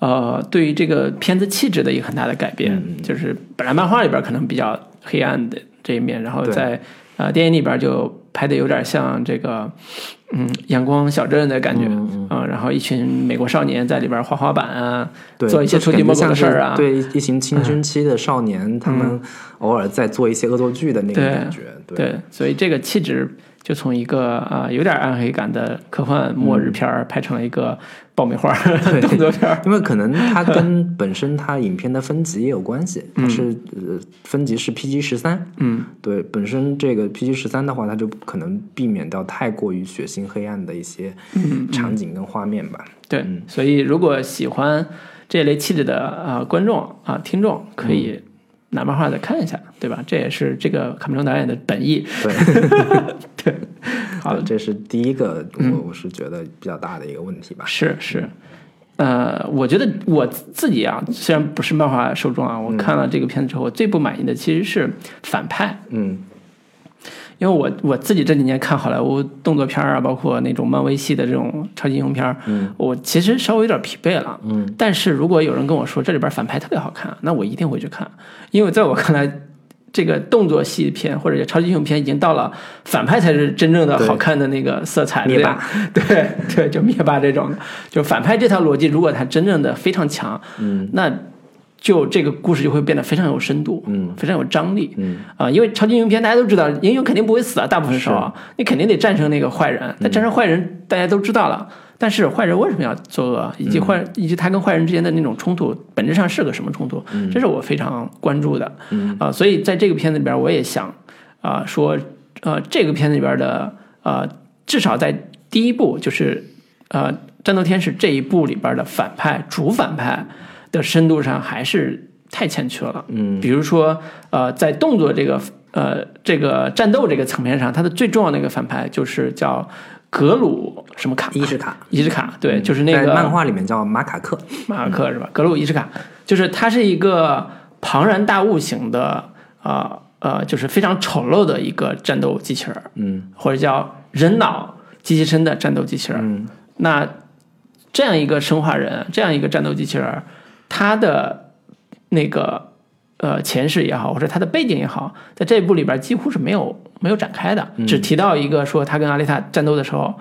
呃，对于这个片子气质的一个很大的改变，就是本来漫画里边可能比较黑暗的这一面，然后对在呃电影里边就拍的有点像这个嗯阳光小镇的感觉，嗯然后一群美国少年在里边滑滑板啊，对，做一些就偷鸡摸感觉狗的像事是儿啊，嗯对，一群青春期的少年，他们偶尔在做一些恶作剧的那个对感觉。对，对，所以这个气质就从一个啊、有点暗黑感的科幻末日片儿拍成了一个爆米花儿 动作片儿，因为可能它跟 本身它影片的分级也有关系，嗯它是、呃分级是 PG 十三，嗯，对，本身这个 PG 十三的话，它就可能避免掉太过于血腥黑暗的一些嗯场景跟画面吧。对，所以如果喜欢这类气质的啊、呃观众啊、听众，可以拿漫画再看一下，对吧？这也是这个卡梅隆导演的本意。对，对，好嗯这是第一个，我我是觉得比较大的一个问题吧。是是，呃，我觉得我自己啊，虽然不是漫画受众啊，我看了这个片子之后，我最不满意的其实是反派，嗯因为我我自己这几年看好莱坞动作片儿啊，包括那种漫威系的这种超级英雄片儿，嗯我其实稍微有点疲惫了。嗯但是如果有人跟我说这里边反派特别好看，那我一定会去看，因为在我看来，这个动作戏片或者超级英雄片已经到了反派才是真正的对好看的那个色彩，对灭吧？ 对对，就灭霸这种的，就反派这套逻辑，如果他真正的非常强，嗯，那就这个故事就会变得非常有深度，嗯非常有张力，嗯啊、因为超级英雄片大家都知道，英雄肯定不会死啊，大部分时候啊你肯定得战胜那个坏人。但嗯战胜坏人大家都知道了，但是坏人为什么要作恶，啊以及嗯坏、以及他跟坏人之间的那种冲突本质上是个什么冲突，这是我非常关注的。嗯啊、所以在这个片子里边，我也想啊、说，呃，这个片子里边的呃，至少在第一部就是呃《战斗天使》这一部里边的反派主反派的深度上还是太欠缺了。嗯比如说，呃，在动作这个呃这个战斗这个层面上，它的最重要的一个反派就是叫格鲁什么卡伊什卡，伊什卡，对，就是那在个嗯漫画里面叫马卡克。马尔克是吧？格鲁伊什卡，就是他是一个庞然大物型的，呃呃，就是非常丑陋的一个战斗机器人儿，嗯或者叫人脑机器身的战斗机器人儿。嗯那这样一个生化人，这样一个战斗机器人儿，他的那个呃前世也好，或者他的背景也好，在这一部里边几乎是没有没有展开的，嗯只提到一个说他跟阿丽塔战斗的时候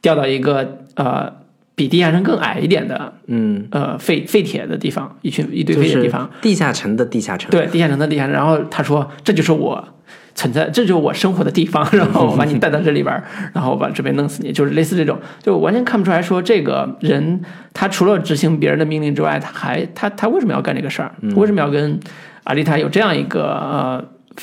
掉到一个呃比地下城更矮一点的嗯，呃废废铁的地方，一群一堆就废铁的地是方，地下城的地下城。对，地下城的地下城。然后他说：“这就是我存在，这就是我生活的地方。然后我把你带到这里边儿，然后我把这边弄死你，就是类似这种，就完全看不出来说这个人他除了执行别人的命令之外，他还他他为什么要干这个事儿？嗯为什么要跟阿丽塔有这样一个呃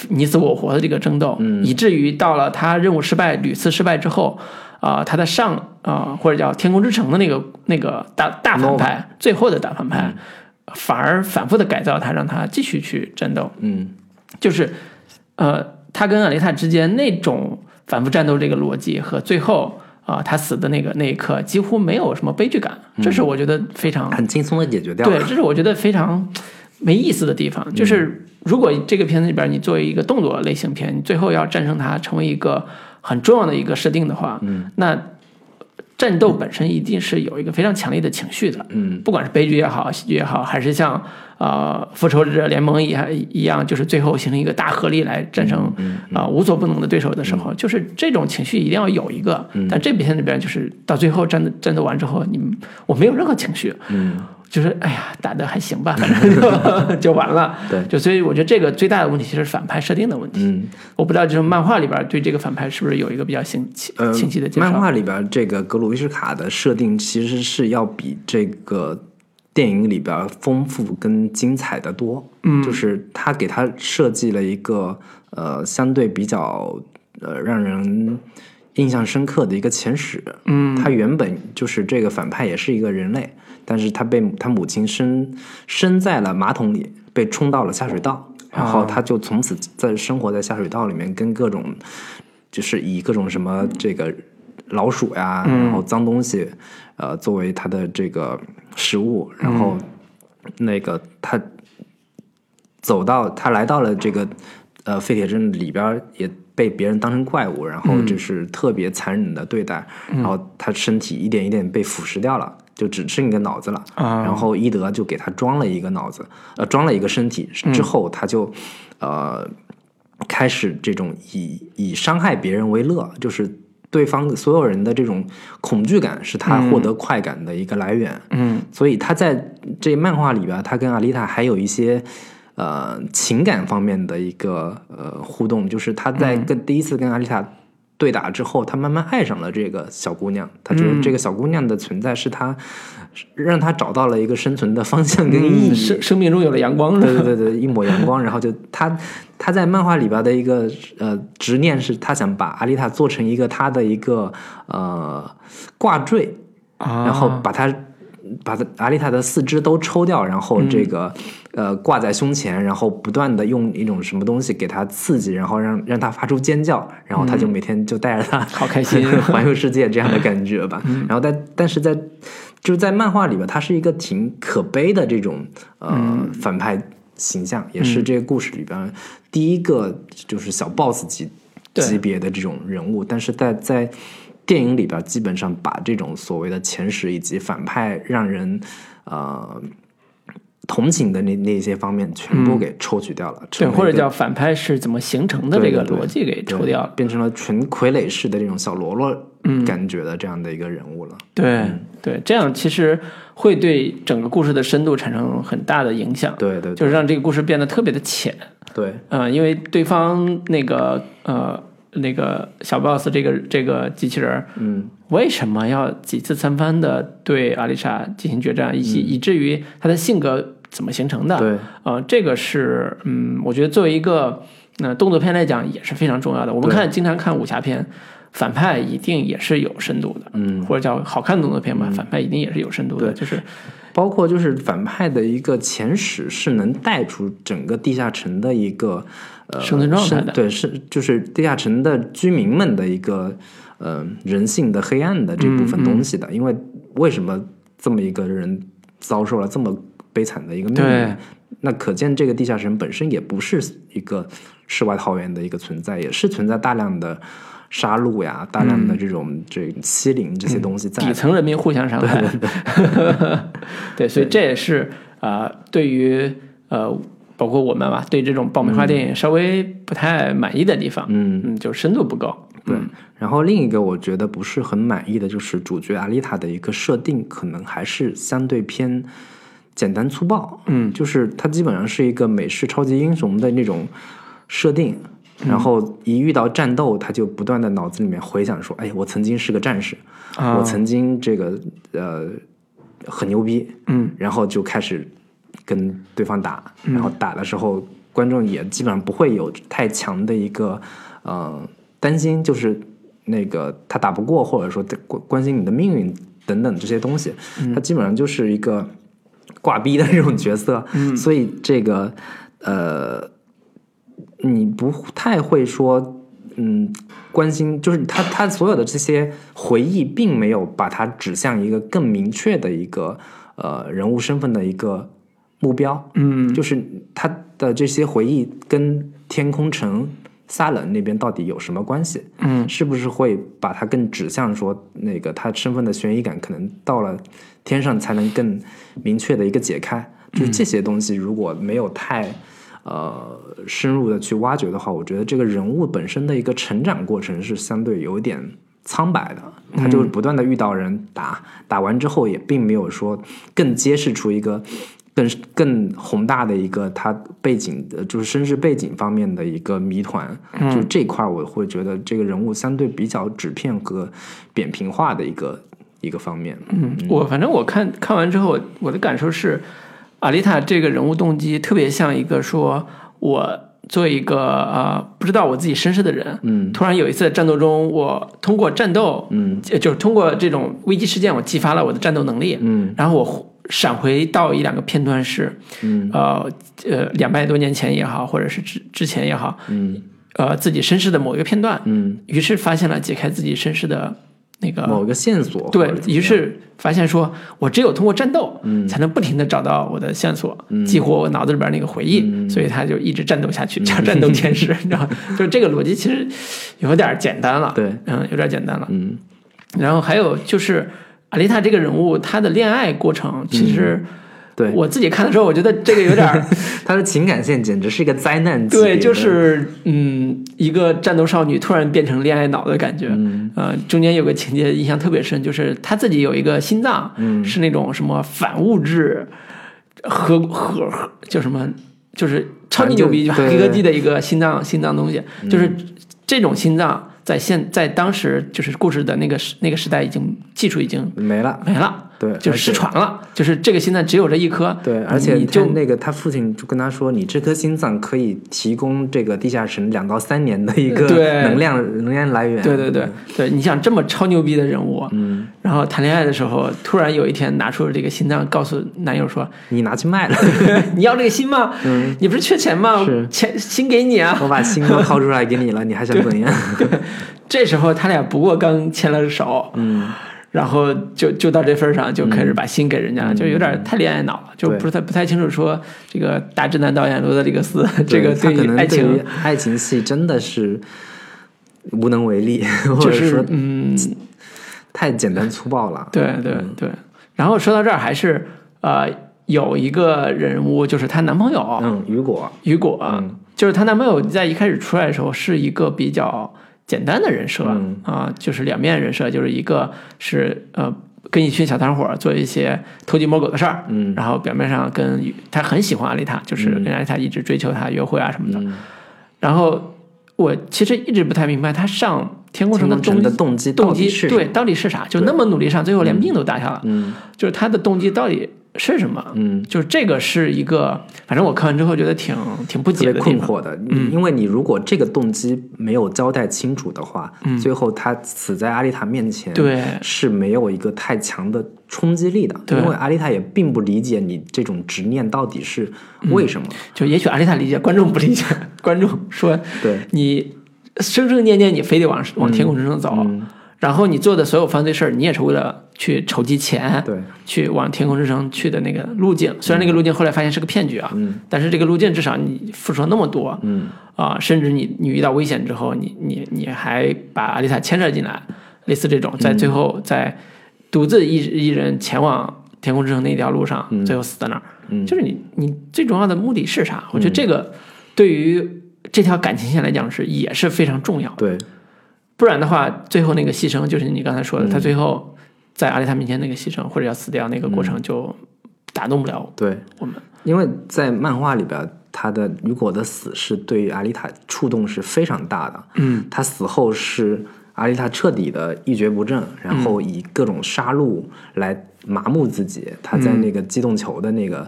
你死我活的这个争斗？以至于到了他任务失败屡次失败之后。”啊、他的上啊、或者叫天空之城的那个那个大大反派，最后的大反派，反而反复的改造他，让他继续去战斗。嗯就是，呃，他跟阿雷塔之间那种反复战斗这个逻辑和最后啊、他死的那个那一刻几乎没有什么悲剧感，这是我觉得非常、很轻松的解决掉对，了。嗯这是我觉得非常没意思的地方。就是如果这个片子里边你作为一个动作类型片，你最后要战胜它，成为一个很重要的一个设定的话，嗯，那战斗本身一定是有一个非常强烈的情绪的，嗯，不管是悲剧也好，喜剧也好，还是像呃复仇者联盟一样一样，就是最后形成一个大合力来战胜嗯啊、呃无所不能的对手的时候，就是这种情绪一定要有一个。嗯但这部片子里边就是到最后战斗战斗完之后，你我没有任何情绪，嗯就是哎呀，打的还行 吧，反正就就完了。对就所以我觉得这个最大的问题其实是反派设定的问题。嗯，我不知道就是漫画里边对这个反派是不是有一个比较清清呃清晰的，介绍。漫画里边这个格鲁伊什卡的设定其实是要比这个电影里边丰富跟精彩的多。嗯，就是他给他设计了一个呃相对比较呃让人印象深刻的一个前史。嗯，他原本就是这个反派也是一个人类，但是他被他母亲生生在了马桶里，被冲到了下水道。然啊后他就从此在生活在下水道里面，跟各种就是以各种什么这个老鼠呀，然后脏东西，呃，作为它的这个食物，然后那个他走到他来到了这个呃废铁镇里边儿，也被别人当成怪物，然后就是特别残忍的对待，然后他身体一点一点被腐蚀掉了。就只剩一个脑子了，啊然后伊德就给他装了一个脑子，呃，装了一个身体之后，他就，呃，开始这种以以伤害别人为乐，就是对方所有人的这种恐惧感是他获得快感的一个来源。嗯，所以他在这漫画里边，他跟阿丽塔还有一些呃情感方面的一个呃互动，就是他在嗯跟、第一次跟阿丽塔对打之后，他慢慢爱上了这个小姑娘，他嗯觉得这个小姑娘的存在是他、让他找到了一个生存的方向跟意义。嗯生生命中有了阳光，对对对对，一抹阳光，然后就他他在漫画里边的一个呃执念是，他想把阿丽塔做成一个他的一个呃挂坠，啊，然后把它把他阿丽塔的四肢都抽掉，然后这个、呃挂在胸前，然后不断的用一种什么东西给他刺激，然后让让他发出尖叫，然后他就每天就带着他、好开心嗯环游世界这样的感觉吧。然后但但是在就是在漫画里边，他是一个挺可悲的这种呃、嗯反派形象，也是这个故事里边第一个就是小 boss 级对级别的这种人物，但是在在电影里边，基本上把这种所谓的前十以及反派让人呃同情的那那些方面，全部给抽取掉了，嗯对，成为或者一个叫反派是怎么形成的对这对个对逻辑给抽对掉了。嗯变成了纯傀儡式的这种小喽啰感觉的这样的一个人物了。对嗯对，这样其实会对整个故事的深度产生很大的影响，对对就是让这个故事变得特别的浅。对嗯，因为对方那个呃那个小 boss 这个这个机器人儿，嗯，为什么要几次三番的对阿丽莎进行决战，以及、嗯以至于她的性格怎么形成的？对，呃，这个是嗯，我觉得作为一个呃、动作片来讲也是非常重要的。我们看经常看武侠片，反派一定也是有深度的，嗯，或者叫好看的动作片吧，反派一定也是有深度的，就是包括就是反派的一个前史是能带出整个地下城的一个呃生存状态的是对，是就是地下城的居民们的一个呃人性的黑暗的这部嗯分东西的，因为为什么这么一个人遭受了这么悲惨的一个命对运？那可见这个地下城本身也不是一个世外桃源的一个存在，也是存在大量的杀戮呀、大量嗯的这种这欺凌这些东西在的。底层人民互相伤害。 对，所以这也是啊、呃对于呃，包括我们吧，对这种爆米花电影稍微不太满意的地方，嗯嗯，就是深度不够。对，然后另一个我觉得不是很满意的就是主角阿丽塔的一个设定，可能还是相对偏简单粗暴。嗯，就是她基本上是一个美式超级英雄的那种设定，然后一遇到战斗，她就不断的脑子里面回想说：“哎，我曾经是个战士，啊我曾经这个呃很牛逼。”嗯，然后就开始跟对方打，然后打的时候，观众也基本上不会有太强的一个呃担心，就是那个他打不过，或者说他关关心你的命运等等这些东西，他基本上就是一个挂逼的这种角色，所以这个呃，你不太会说。嗯，关心就是他，他所有的这些回忆，并没有把它指向一个更明确的一个呃人物身份的一个目标。嗯，就是他的这些回忆跟天空城撒冷那边到底有什么关系？嗯，是不是会把它更指向说那个他身份的悬疑感可能到了天上才能更明确的一个解开？就是这些东西如果没有太。呃，深入的去挖掘的话，我觉得这个人物本身的一个成长过程是相对有一点苍白的。他就是不断的遇到人打，打完之后也并没有说更揭示出一个更更宏大的一个他背景的，就是身世背景方面的一个谜团。就嗯这块，我会觉得这个人物相对比较纸片和扁平化的一个一个方面。嗯，我反正我看看完之后，我的感受是，阿丽塔这个人物动机特别像一个说我。做一个呃不知道我自己身世的人，嗯，突然有一次战斗中，我通过战斗，嗯，就是通过这种危机事件，我激发了我的战斗能力，嗯，然后我闪回到一两个片段是，嗯，呃呃两百多年前也好，或者是之之前也好，嗯，呃自己身世的某一个片段，嗯，于是发现了解开自己身世的那个某个线索，对于，是发现说，我只有通过战斗，嗯才能不停的找到我的线索，激活我脑子里边那个回忆，嗯所以他就一直战斗下去，叫战斗天 使，你知道吗，就是这个逻辑其实有点简单了，对，嗯，有点简单了，嗯，然后还有就是阿丽塔这个人物，她的恋爱过程其实。嗯对我自己看的时候，我觉得这个有点儿他的情感线简直是一个灾难级别的。对，就是嗯，一个战斗少女突然变成恋爱脑的感觉。嗯，呃，中间有个情节印象特别深，就是她自己有一个心脏，嗯，是那种什么反物质核核核叫什么，就是超级牛逼，就反正黑科就技的一个心脏心脏东西，嗯就是这种心脏在现在当时就是故事的那个时那个时代已经技术已经没了，没了，对，就是失传了，就是这个心脏只有这一颗，对，而且你他就那个他父亲就跟他说，你这颗心脏可以提供这个地下城两到三年的一个对能量能量来源。对对对对，你想这么超牛逼的人物，啊嗯，然后谈恋爱的时候，突然有一天拿出了这个心脏，告诉男友 说：“你拿去卖了，你要这个心吗？嗯你不是缺钱吗是？钱心给你啊 我把心都掏出来给你了，你还想怎样？！”这时候他俩不过刚牵了手，嗯，然后就就到这份儿上就开始把心给人家了，就有点太恋爱脑了，就嗯对不太不太清楚说这个大直男导演罗德里格斯 这对个他可于能爱对于情爱情戏真的是无能 为力，或就者是说嗯。太简单粗暴了。对对嗯对。然后说到这儿，还是呃有一个人物，就是她男朋友嗯，雨果，雨果，嗯就是她男朋友在一开始出来的时候是一个比较简单的人设啊、嗯就是两面人设，就是一个是呃。跟一群小团伙儿做一些偷鸡摸狗的事儿，嗯然后表面上跟雨她很喜欢阿丽塔，就是跟阿丽塔一直追求她、约会啊什么的。嗯，然后我其实一直不太明白她上天空城的天空城动的机动机动到底机是对什么，到底是啥？就对那么努力上，最后连命都搭下了，嗯就是他的动机到底是什么？嗯，就是这个是一个，反正我看完之后觉得挺挺不特解别的地困方。嗯惑的，因为你如果这个动机没有交代清楚的话，最后他死在阿丽塔面嗯前，对是没有一个太强的冲击力的，对因为阿丽塔也并不理解你这种执念到底是为什么，就也许阿丽塔理解，观众不理解。观众说对，你生生念念，你非得往往天空之上走，嗯，然后你做的所有犯罪事儿，你也是为了去筹集钱，对，去往天空之城去的那个路径。虽然那个路径后来发现是个骗局啊，嗯但是这个路径至少你付出了那么多，嗯，啊、甚至你你遇到危险之后，你你你还把阿丽塔牵扯进来，类似这种，在最后在独自一一人前往天空之城那条路上，最后死在那儿，嗯就是你你最重要的目的是啥？我觉得这个对于这条感情线来讲是也是非常重要的，对，不然的话，最后那个牺牲就是你刚才说的，他最后在阿丽塔面前那个牺牲或者要死掉那个过程就打动不了对，我们，因为在漫画里边，他的雨果的死是对于阿丽塔触动是非常大的。嗯，他死后是阿丽塔彻底的一蹶不振，然后嗯以各种杀戮来麻木自己。他在那个机动球的那个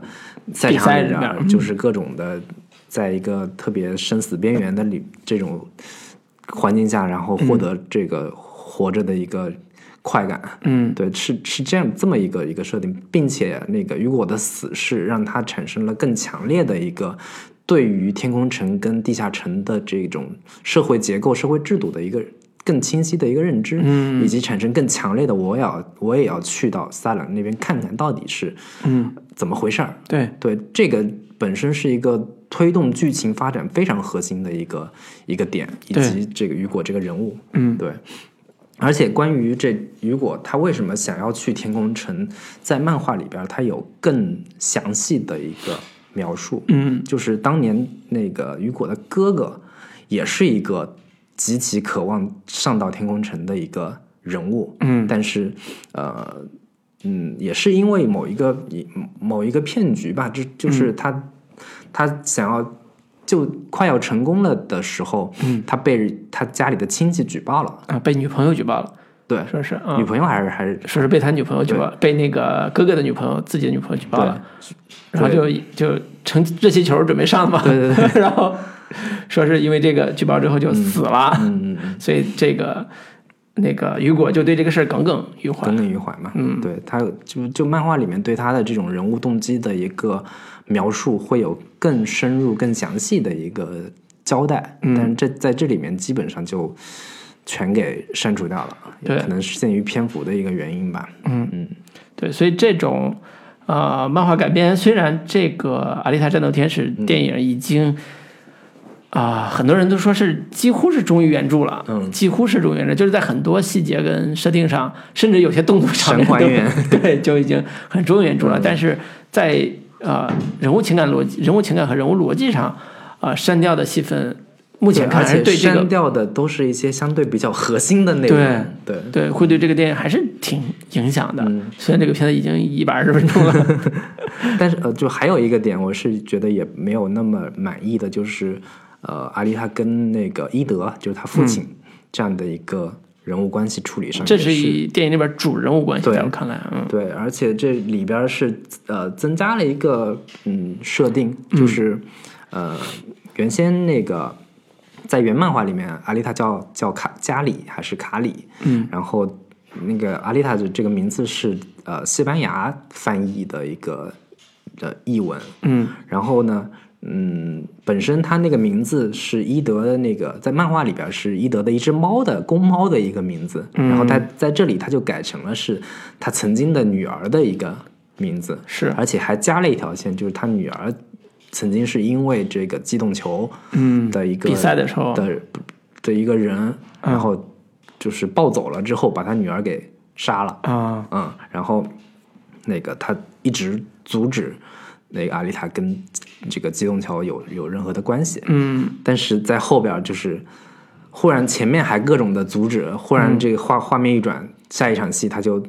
赛比赛场里里边嗯边，儿就是各种的，在一个特别生死边缘的里这种环境下，然后获得这个活着的一个快感。嗯对，是是这样这么一个一个设定，并且那个雨果的死是让他产生了更强烈的一个对于天空城跟地下城的这种社会结构、社会制度的一个更清晰的一个认知，嗯以及产生更强烈的我也要我也要去到萨朗那边看看到底是嗯，怎么回事儿。对，对，这个本身是一个推动剧情发展非常核心的一个一个点，以对及这个雨果这个人物，嗯对。而且关于这雨果他为什么想要去天空城，在漫画里边儿他有更详细的一个描述，嗯就是当年那个雨果的哥哥，也是一个极其渴望上到天空城的一个人物，嗯但是呃，嗯，也是因为某一个一某一个骗局吧，这就是嗯他、他想要就快要成功了的时候，嗯他被他家里的亲戚举报了，啊，被女朋友举报了，对，说是啊女，朋友还是还是说是被他女朋友举报，被那个哥哥的女朋友自己的女朋友举报了，然后就就成热气球准备上嘛，对 对然后说是因为这个举报之后就死了，嗯嗯嗯所以这个那个雨果就对这个事儿耿耿于怀耿。耿于怀嘛，嗯，对他就就漫画里面对他的这种人物动机的一个描述会有更深入、更详细的一个交代，嗯但是这在这里面基本上就全给删除掉了，也对可能是限于篇幅的一个原因吧。对，所以这种呃漫画改编，虽然这个《阿丽塔战斗天使》嗯电影已经啊、很多人都说是几乎是忠于原著了，嗯几乎是忠于原著，就是在很多细节跟设定上，甚至有些动作场面神还都原嗯对，就已经很忠于原著了。但是在呃人物情感逻辑、人物情感和人物逻辑上，啊、删掉的戏份，目前看而来且是对这个删掉的都是一些相对比较核心的内容，对对，会对这个电影还是挺影响的。嗯虽然这个片子已经一百二十分钟了，但是呃，就还有一个点，我是觉得也没有那么满意的，就是呃，阿丽她跟那个伊德，就是她父亲、这样的一个人物关系处理上嗯这也是是以电影里边主人物关系，对在我看来，嗯，对，而且这里边儿是呃增加了一个嗯设定，就是、呃原先那个在原漫画里面，阿丽塔叫叫卡加里还是卡里，嗯，然后那个阿丽塔的这个名字是呃西班牙翻译的一个的译文，嗯，然后呢。嗯，本身它那个名字是伊德的那个，在漫画里边是伊德的一只猫的公猫的一个名字，然后它在这里它就改成了是他曾经的女儿的一个名字，是而且还加了一条线，就是他女儿曾经是因为这个机动球，嗯的一个比赛的时候嗯的的一个人，然后就是暴走了之后，把他女儿给杀了，啊，嗯，然后那个他一直阻止那个阿丽塔跟这个机动桥有有任何的关系，嗯，但是在后边就是忽然前面还各种的阻止，忽然这个画画面一转，下一场戏他就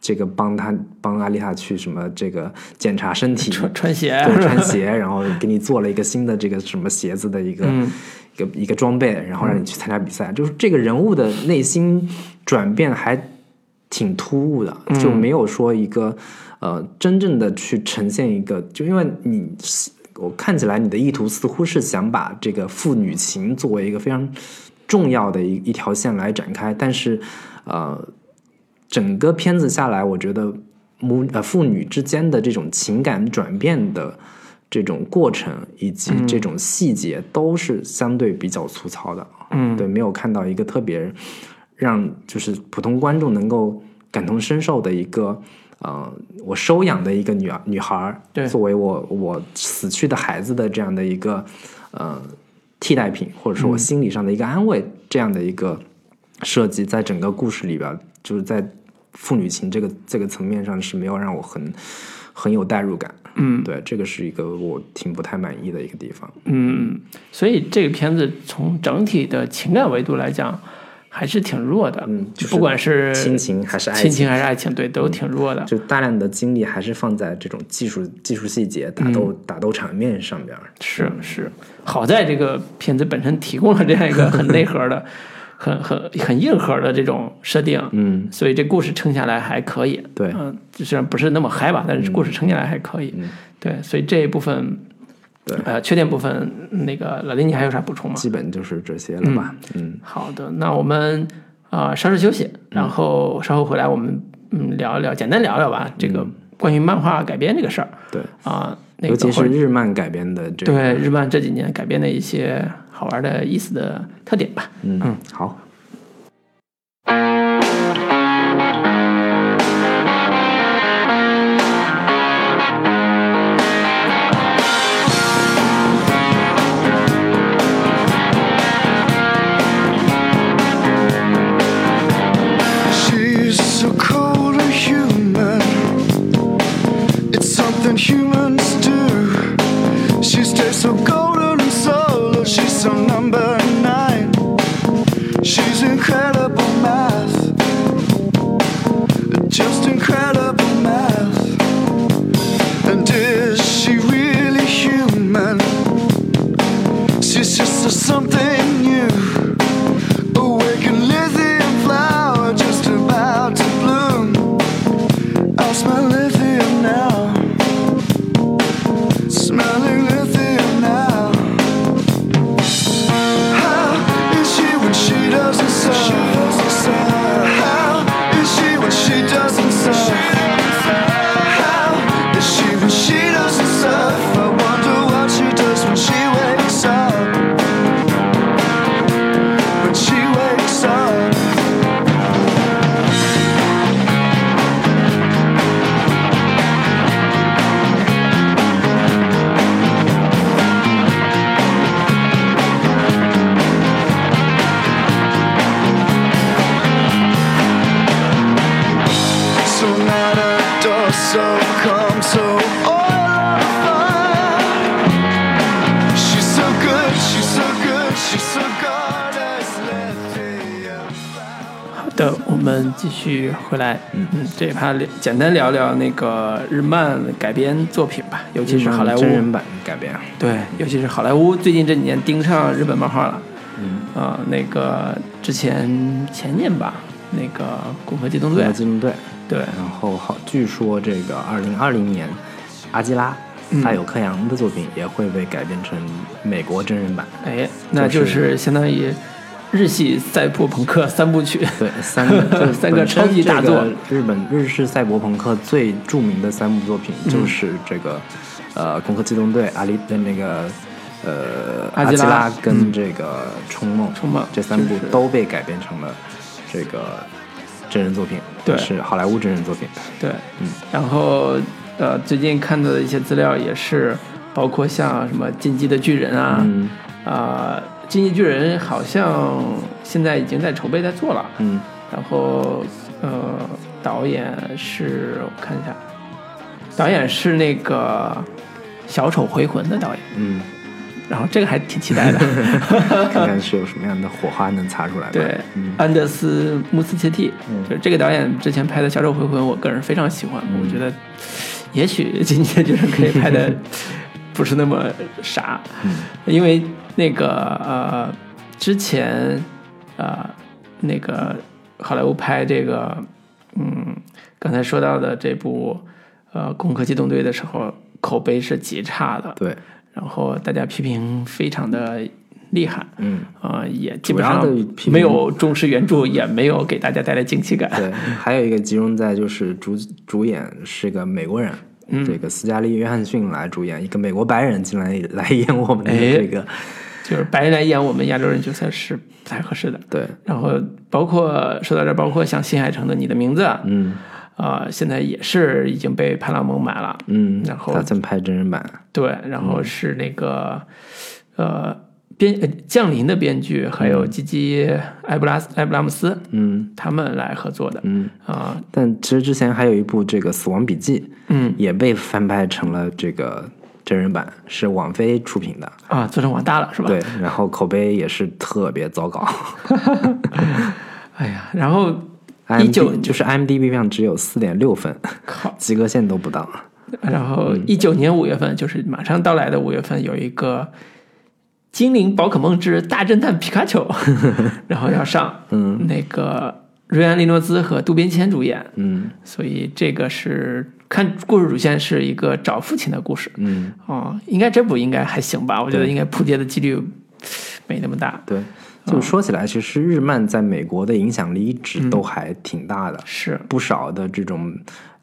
这个帮他帮阿丽塔去什么这个检查身体，穿穿鞋，对，穿鞋，然后给你做了一个新的这个什么鞋子的一个、一个一个装备，然后让你去参加比赛。就是这个人物的内心转变还挺突兀的，就没有说一个呃真正的去呈现一个，就因为你我看起来你的意图似乎是想把这个父女情作为一个非常重要的一一条线来展开，但是呃，整个片子下来，我觉得母呃父女之间的这种情感转变的这种过程以及嗯这种细节都是相对比较粗糙的，嗯，对，没有看到一个特别让就是普通观众能够感同身受的一个。呃，我收养的一个女儿女孩儿，对作为我我死去的孩子的这样的一个呃替代品，或者说嗯我心理上的一个安慰，这样的一个设计，在整个故事里边儿，就是在父女情这个这个层面上是没有让我很很有代入感。嗯，对，这个是一个我挺不太满意的一个地方。嗯，所以这个片子从整体的情感维度来讲，还是挺弱的。嗯就是不管是亲情还是爱呃亲情还是爱情，对，都挺弱的。就大量的精力还是放在这种技术技术细节、打斗、嗯打斗场面上边儿。是嗯是，好在这个片子本身提供了这样一个很内核的、 很很很硬核的这种设定，嗯，所以这故事撑下来还可以。对嗯嗯，虽然不是那么嗨吧，但是故事撑下来还可以。对，所以这一部分，对呃，缺点部分，那个老林，你还有啥补充吗？基本就是这些了吧。嗯好的，那我们啊、呃稍事休息，然后稍后回来我们嗯聊一聊，简单聊聊吧，这个关于漫画改编这个事儿对，啊、那个嗯尤其或是者日漫改编的这个。对日漫这几年改编的一些好玩的、意思的特点吧。嗯，好。 She's so cold and human. It's something humans do. She stays so golden and solo. She's so number nine. She's incredible math. Just incredible math. And is she really human? She's just a something new. Awakened lithium flower just about to bloom. I smell lithium now. Smelling lithium now. How is she when she doesn't serve? How is she when she doesn't serve? How is she when she doesn't serve? I wonder what she does when she wakes up when she wakes up. So not a door, so calm, so all out of fire. She's so good, she's so good, she's so goddess. Lithium. 好的，我们继续回来，嗯，这一趴聊简单聊聊那个日漫改编作品吧，尤其是好莱坞真人版改编。啊对，尤其是好莱坞最近这几年盯上日本漫画了。嗯，呃，那个之前前年吧，那个共和机动队来，竞队。对，然后好，据说这个二零二零年，阿基拉嗯大有克洋的作品也会被改编成美国真人版。哎，那就就是是相当于日系赛博朋克三部曲，对， 三个就是三个本身超级大作这个日本日式赛博朋克最著名的三部作品就是嗯这个，呃，《攻壳机动队》阿里的那个，呃，阿阿基基拉嗯拉跟这个《冲梦》冲梦这三部是是都被改编成了这个真人作品，对是好莱坞真人作 品。对，嗯，然后呃，最近看到的一些资料也是，包括像什么《进击的巨人》啊，嗯啊、进击巨人》好像现在已经在筹备在做了，嗯，然后呃，导演是我看一下，导演是那个《小丑回魂》的导演，嗯，然后这个还挺期待的，看看是有什么样的火花能擦出来吧。对，嗯安德斯穆斯切蒂，嗯就是这个导演之前拍的《小丑回魂》，我个人非常喜欢，嗯我觉得也许今年就是可以拍 的不是那么傻，嗯因为那个呃之前呃那个好莱坞拍这个嗯刚才说到的这部呃《攻壳机动队》的时候，口碑是极差的，对，然后大家批评非常的厉害，嗯。呃，也基本上主要的批评没有重视原著，也没有给大家带来惊奇感。对，还有一个集中在就是主主演是个美国人，嗯这个斯嘉丽·约翰逊来主演，一个美国白人进来 来演我们的哎这个，就是白人来演我们亚洲人角色是不太合适的。对，然后包括说到这儿，包括像新海诚的《你的名字》，嗯呃，现在也是已经被派拉蒙买了。嗯，然后打算拍真人版，对，然后是那个、呃编呃降临的编剧，还有吉基埃布拉斯埃布拉姆斯嗯他们来合作的。嗯。啊、但其实之前还有一部这个《死亡笔记》，嗯也被翻拍成了这个真人版，是网飞出品的，啊，做成网大了是吧？对，然后口碑也是特别糟糕。哎呀，然后 IMD 19就是 IMDB 上只有四点六分，靠，及格线都不到。然后嗯一九年五月份，就是马上到来的五月份，有一个《精灵宝可梦之大侦探皮卡 丘》，然后要上，嗯，那个瑞安·利诺兹和渡边谦主演，嗯所以这个是看故事主线是一个找父亲的故事，嗯，哦，应该这部应该还行吧，我觉得对应该扑街的几率没那么大，对，就说起来，其实日漫在美国的影响力一直嗯都还挺大的，是，不少的这种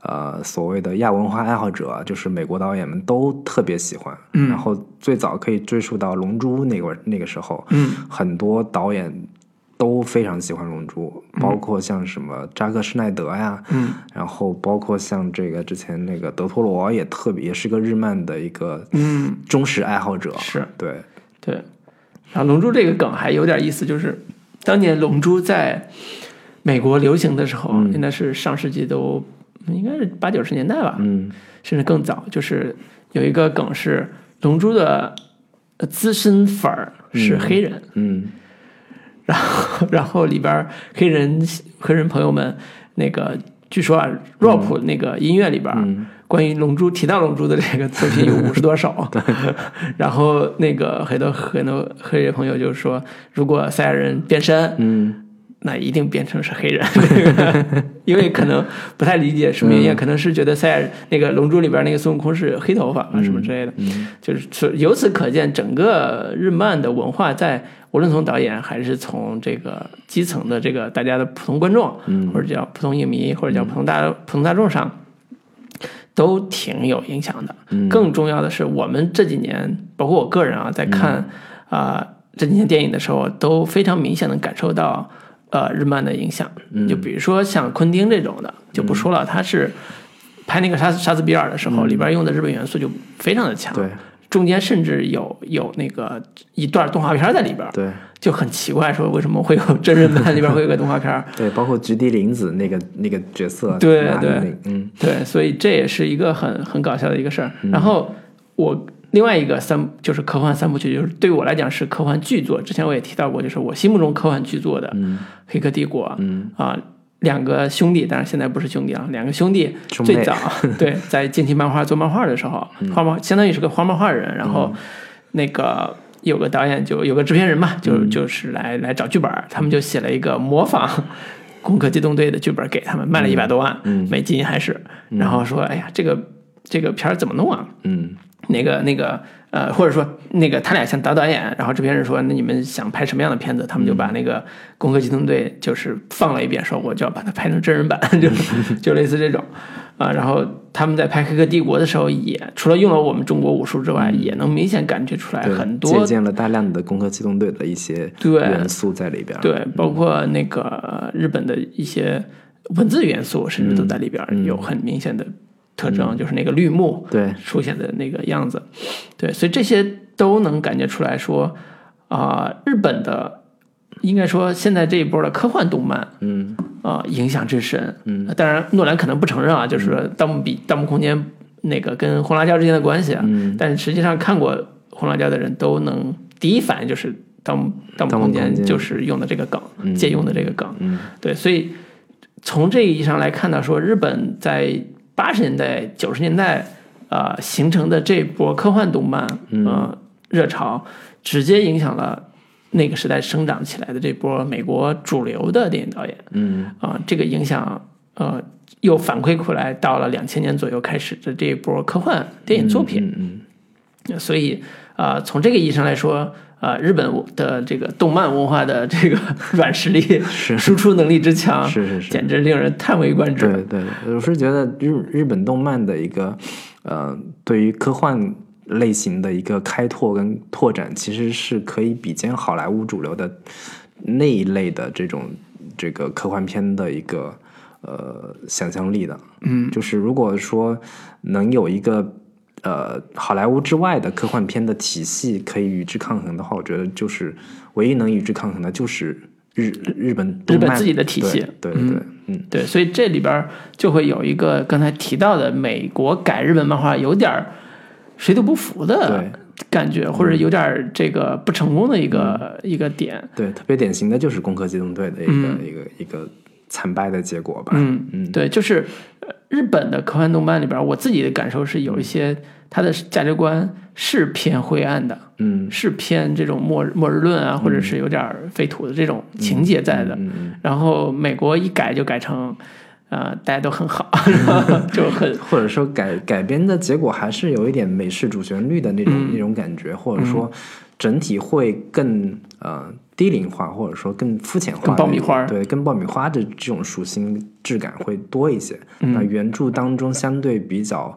呃所谓的亚文化爱好者，就是美国导演们都特别喜欢。嗯然后最早可以追溯到《龙珠》那个那个时候，嗯，很多导演都非常喜欢《龙珠》，包括像什么扎克施耐德呀，嗯，然后包括像这个之前那个德托罗也特别也是个日漫的一个嗯，忠实爱好者，是对，对，然后《龙珠》这个梗还有点意思，就是当年《龙珠》在美国流行的时候，嗯应该是上世纪都应该是八九十年代吧，嗯甚至更早。就是有一个梗是，《龙珠》的呃资深粉儿是黑人，嗯。然后 然后里边儿黑人黑人朋友们那个。据说啊，rap 那个音乐里边儿，关于《龙珠》提到《龙珠》的这个作品有五十多首， 然后那个很多很多黑人朋友就说，如果赛亚人变身，嗯，那一定变成是黑人，这个因为可能不太理解什么原因，可能是觉得赛亚人那个《龙珠》里边那个孙悟空是黑头发啊什么之类的，就是所由此可见，整个日漫的文化在无论从导演还是从这个基层的这个大家的普通观众，嗯或者叫普通影迷，或者叫普通大普通大众上，都挺有影响的。嗯更重要的是，我们这几年，包括我个人啊，嗯在看啊、呃这几年电影的时候，都非常明显的感受到呃日漫的影响。嗯就比如说像昆汀这种的，就不说了，他是拍那个杀杀死比尔的时候，里边用的日本元素就非常的强。嗯对中间甚至有有那个一段动画片在里边，对就很奇怪，说为什么会有 真人版里边会有个动画片？对，包括菊地凛子那个那个角色，对拿对的那嗯对，所以这也是一个很很搞笑的一个事儿。然后我另外一个三就是科幻三部曲，就是对我来讲是科幻巨作。之前我也提到过，就是我心目中科幻巨作的《黑客帝国》嗯啊、两个兄弟，当然现在不是兄弟啊，两个兄弟兄妹嗯最 早对在近期漫画做漫画的时候，画漫相当于是个画漫画人，然后那个有个导演就有个制片人嘛，就、嗯就是来来找剧本儿，他们就写了一个模仿《攻壳机动队》的剧本给他们，卖嗯了一百多万、美金还是，然后说哎呀这个这个片儿怎么弄啊？嗯那个那个呃，或者说那个他俩想当导演，然后制片人说那你们想拍什么样的片子，他们就把那嗯个《攻壳机动队》就是放了一遍，说我就要把它拍成真 人版，就就类似这种啊、然后他们在拍《黑客帝国》的时候也，除了用了我们中国武术之外，也能明显感觉出来嗯对很多借鉴了大量的《攻壳机动队》的一些对元素在里边儿。对，包括那个呃日本的一些文字元素，甚至都在里边儿有很明显的特征，就是那个绿幕对出现的那个样子，对，所以这些都能感觉出来说啊、日本的应该说现在这一波的科幻动漫，嗯啊、影响之深。嗯，当然诺兰可能不承认啊，就是说《盗墓笔》《盗墓空间》那个跟红辣椒之间的关系啊。嗯，但是实际上看过红辣椒的人都能第一反应就是《盗墓盗墓盗墓空空间》间就是用的这个梗，嗯借用的这个梗。嗯对，所以从这个意义上来看到说，日本在八十年代、九十年代呃形成的这波科幻动漫呃热潮，直接影响了那个时代生长起来的这波美国主流的电影导演嗯啊、这个影响呃又反馈回来到了两千年左右开始的这一波科幻电影作品。嗯嗯所以啊、呃从这个意义上来说，啊，日本的这个动漫文化的这个软实力、是输出能力之强，是是是简直令人叹为观止。对对，我是觉得日日本动漫的一个呃，对于科幻类型的一个开拓跟拓展，其实是可以比肩好莱坞主流的那一类的这种这个科幻片的一个呃想象力的。嗯，就是如果说能有一个。呃，好莱坞之外的科幻片的体系可以与之抗衡的话，我觉得就是唯一能与之抗衡的，就是日日本动日本漫自己的体对系对对，嗯对，所以这里边儿就会有一个刚才提到的美国改日本漫画有点儿水土不服的对感觉，或者有嗯点儿这个不成功的一个、一个点。对，特别典型的就是《攻壳机动队》的一个、一个一个惨败的结果吧。嗯嗯，对，就是呃日本的科幻动漫里边儿，我自己的感受是有一些它的价值观是偏灰暗的，嗯是偏这种末日末日论啊，或者是有点儿废土的这种情节在的。嗯，然后美国一改就改成，呃，大家都很 好， 就很或者说改改编的结果还是有一点美式主旋律的那嗯种、那种感觉，或者说整体会更呃低龄化，或者说更肤浅化，更爆米花儿对，跟爆米花的这种属性质感会多一些。嗯那原著当中相对比较。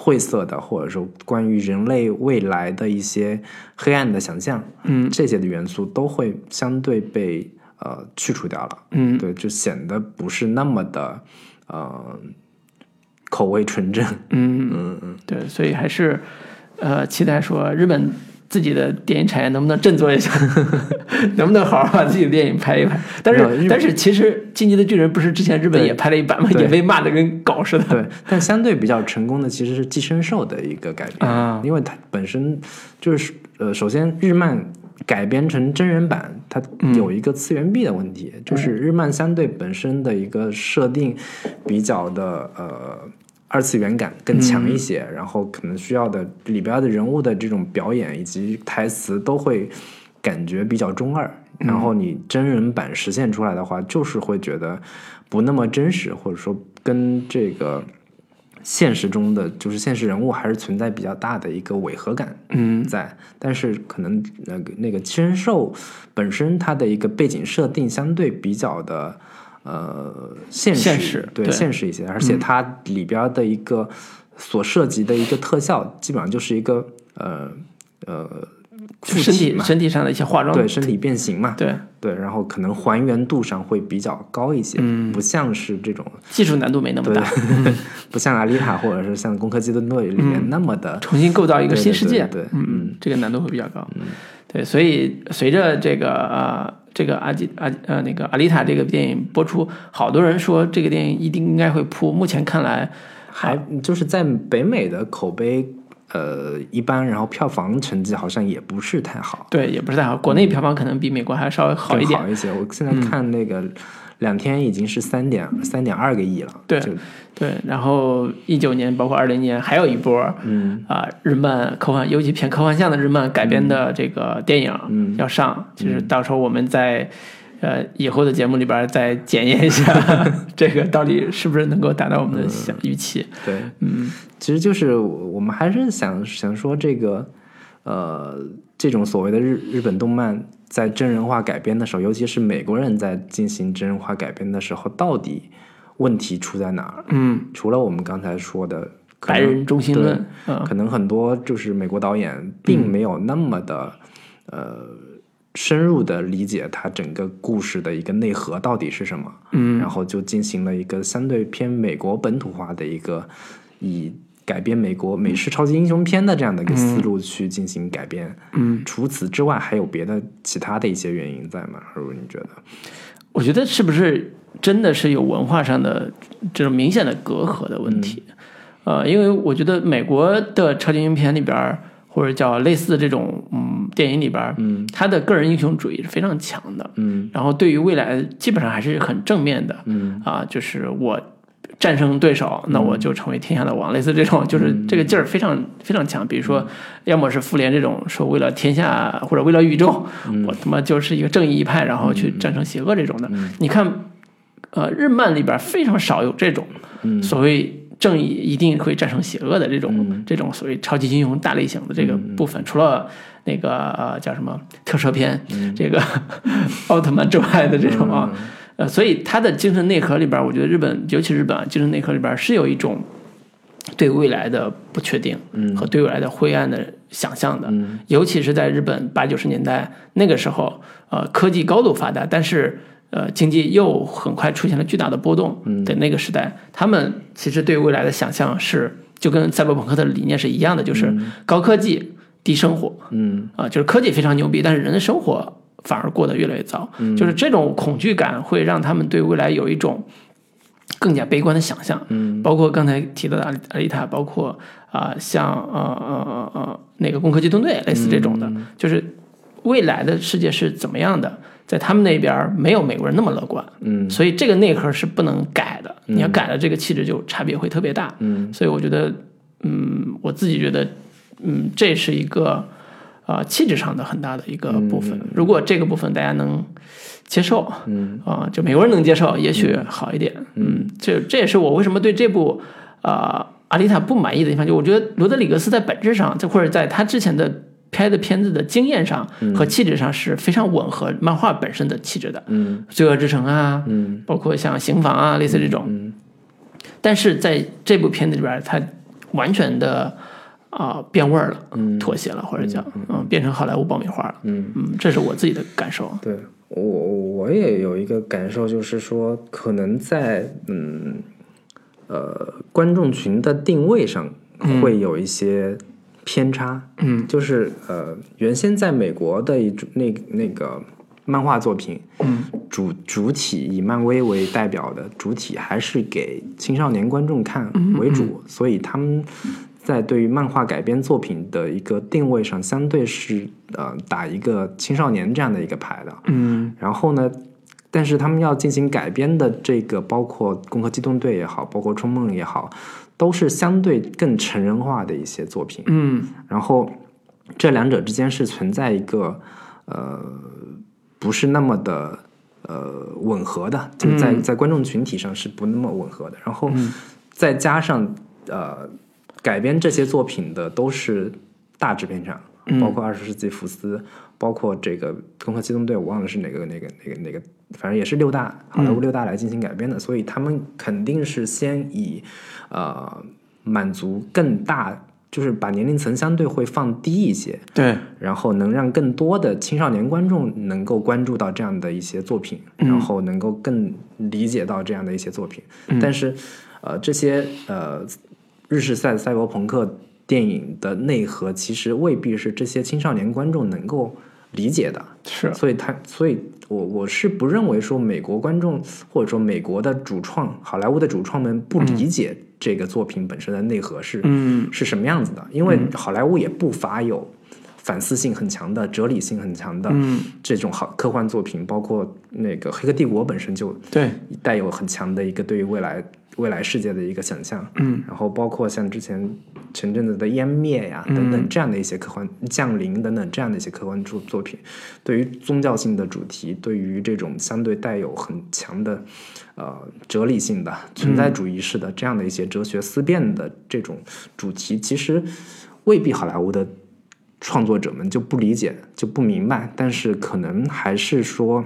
晦涩的，或者说关于人类未来的一些黑暗的想象，嗯这些的元素都会相对被呃去除掉了，嗯对，就显得不是那么的呃口味纯正，嗯对，所以还是呃期待说日本自己的电影产业能不能振作一 下，能不能好好把自己的电影拍一拍？但没有日是本但是其实《进击的巨人》不是之前日本对也拍了一版吗？对也被骂的跟狗似的。对，但相对比较成功的其实是《寄生兽》的一个改编，啊因为它本身就是呃，首先日漫改编成真人版，它有一个次元壁的问题，就是日漫相对本身的一个设定比较的呃。二次元感更强一些，然后可能需要的里边的人物的这种表演以及台词都会感觉比较中二，然后你真人版实现出来的话，就是会觉得不那么真实，或者说跟这个现实中的就是现实人物还是存在比较大的一个违和感嗯在。但是可能那个那个七人兽本身它的一个背景设定相对比较的呃现实，现实对对现实一些，而且它里边的一个呃所涉及的一个特效，基本上就是一个呃呃就附身体体嘛。身体上的一些化妆，对身体变形嘛，对对，然后可能还原度上会比较高一些，嗯不像是这种，技术难度没那么对嗯大，，不像阿丽塔或者是像《攻壳机动队》里嗯面那么的，重新构造一个新世界，对对嗯对对嗯，这个难度会比较高，对，所以随着这个呃这个阿基阿呃那个阿丽塔这个电影播出，好多人说这个电影一定应该会扑，目前看来还就是在北美的口碑呃一般，然后票房成绩好像也不是太好，对，也不是太好。国内票房可能比美国还稍微好一嗯更点嗯好，一些。我现在看那个两天已经是三点三点二个亿了，对就对。然后一九年包括二零年还有一波，嗯啊、日漫科幻，尤其偏科幻向的日漫改编嗯的这个电影、要上，就是到时候我们在。呃，以后的节目里边再检验一下， 这个到底是不是能够达到我嗯们的想预期？对，嗯，其实就是我们还是想想说这个，呃，这种所谓的日日本动漫在真人化改编的时候，尤其是美国人在进行真人化改编的时候，到底问题出在哪儿？嗯，除了我们刚才说的可白能人中心对论，嗯，可能很多就是美国导演并没有那么的、呃深入的理解他整个故事的一个内核到底是什么，嗯，然后就进行了一个相对偏美国本土化的一个以改编美国美式超级英雄片的这样的一个思路去进行改编，嗯，除此之外还有别的其他的一些原因在吗？如果你觉得，我觉得是不是真的是有文化上的这种明显的隔阂的问题？呃，因为我觉得美国的超级英雄片里边儿，或者叫类似的这种嗯电影里边，嗯，他的个人英雄主义是非常强的，嗯，然后对于未来基本上还是很正面的，嗯啊，就是我。战胜对手，那我就成为天下的王。类似这种，就是这个劲儿非常非常强。比如说，要么是复联这种，说为了天下或者为了宇宙，我他妈就是一个正义一派，然后去战胜邪恶这种的。你看呃，日漫里边非常少有这种所谓正义一定会战胜邪恶的这种、这种所谓超级英雄大类型的这个部分，除了那个、呃、叫什么特摄片，这个 奥特曼之外的这种啊，呃，所以它的精神内核里边，我觉得日本，尤其日本啊精神内核里边是有一种对未来的不确定，和对未来的灰暗的想象的，尤其是在日本八九十年代那个时候，呃，科技高度发达，但是呃，经济又很快出现了巨大的波动的那个时代，他们其实对未来的想象是就跟赛博朋克的理念是一样的，就是高科技低生活，嗯啊，就是科技非常牛逼，但是人的生活反而过得越来越糟。嗯就是这种恐惧感会让他们对未来有一种更加悲观的想象。嗯，包括刚才提到的阿丽阿丽塔，包括啊、像呃呃呃呃那个《攻壳机动队》类似这种的，嗯就是未来的世界是怎么样的，在他们那边儿没有美国人那么乐观。嗯所以这个内核是不能改的。你要改了，这个气质就差别会特别大。嗯，所以我觉得，嗯，我自己觉得，嗯，这是一个呃气质上的很大的一个部分。如果这个部分大家能接受，嗯啊、就美国人能接受，也许好一点。嗯，这这也是我为什么对这部啊、呃阿丽塔不满意的地方，就我觉得罗德里格斯在本质上，在或者在他之前的。拍的片子的经验上和气质上是非常吻合漫画本身的气质的，嗯《罪恶之城》啊，嗯，包括像《刑房》啊，类似这种。但是在这部片子里边儿，它完全的啊、变味儿了，妥协了，或者叫嗯、变成好莱坞爆米花了。嗯这是我自己的感受。对我我也有一个感受，就是说，可能在嗯呃观众群的定位上会有一些偏差，嗯，就是呃原先在美国的一种那那个漫画作品，嗯，主主体以漫威为代表的主体还是给青少年观众看为主，所以他们在对于漫画改编作品的一个定位上，相对是呃打一个青少年这样的一个牌的。嗯然后呢，但是他们要进行改编的这个，包括《攻壳机动队》也好，包括《冲梦》也好，都是相对更成人化的一些作品。嗯然后这两者之间是存在一个呃不是那么的呃吻合的，就是嗯在在观众群体上是不那么吻合的。然后再加上呃改编这些作品的都是大制片厂，包括二十世纪福斯，包括这个《攻壳机动队》，我忘了是哪个哪个哪个哪个，反正也是六大好莱坞六大来进行改编的，所以他们肯定是先以呃满足更大，就是把年龄层相对会放低一些，对，然后能让更多的青少年观众能够关注到这样的一些作品，然后能够更理解到这样的一些作品。但是，呃，这些呃日式赛赛博朋克电影的内核，其实未必是这些青少年观众能够理解的。是所以他，所以我我是不认为说美国观众或者说美国的主创好莱坞的主创们不理解这个作品本身的内核是、嗯是什么样子的，因为好莱坞也不乏有反思性很强的、哲理性很强的嗯，这种好科幻作品，包括那个《黑客帝国》本身就对，带有很强的一个对于未来未来世界的一个想象，嗯，然后包括像之前前阵子的《湮灭》呀等嗯等这样的一些科幻《降临》等等这样的一些科幻作作品，对于宗教性的主题，对于这种相对带有很强的呃哲理性的存在主义式的这样的一些哲学思辨的这种主题，其实未必好莱坞的创作者们就不理解就不明白，但是可能还是说。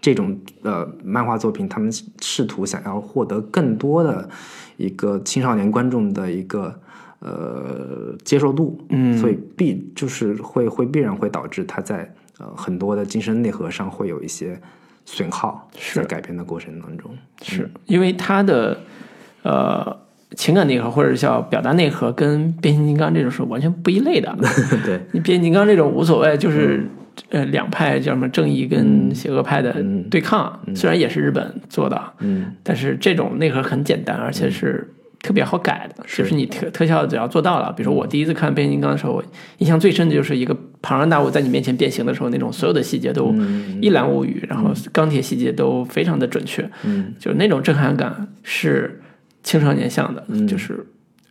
这种呃漫画作品，他们试图想要获得更多的一个青少年观众的一个呃接受度，嗯，所以必就是会会必然会导致它在呃很多的精神内核上会有一些损耗，是在改编的过程当中，是因为他的呃情感内核或者叫表达内核跟变形金刚这种是完全不一类的。 对，你变形金刚这种无所谓，嗯就是、呃两派叫什么正义跟邪恶派的对抗，虽然也是日本做的，嗯，但是这种内核很简单，而且是特别好改的，是就是你特特效只要做到了。比如说我第一次看变形金刚的时候，我印象最深的就是一个庞然大物在你面前变形的时候，那种所有的细节嗯都一览无余，然后钢铁细节都非常的准确，嗯，就是那种震撼感是青少年向的，嗯就是。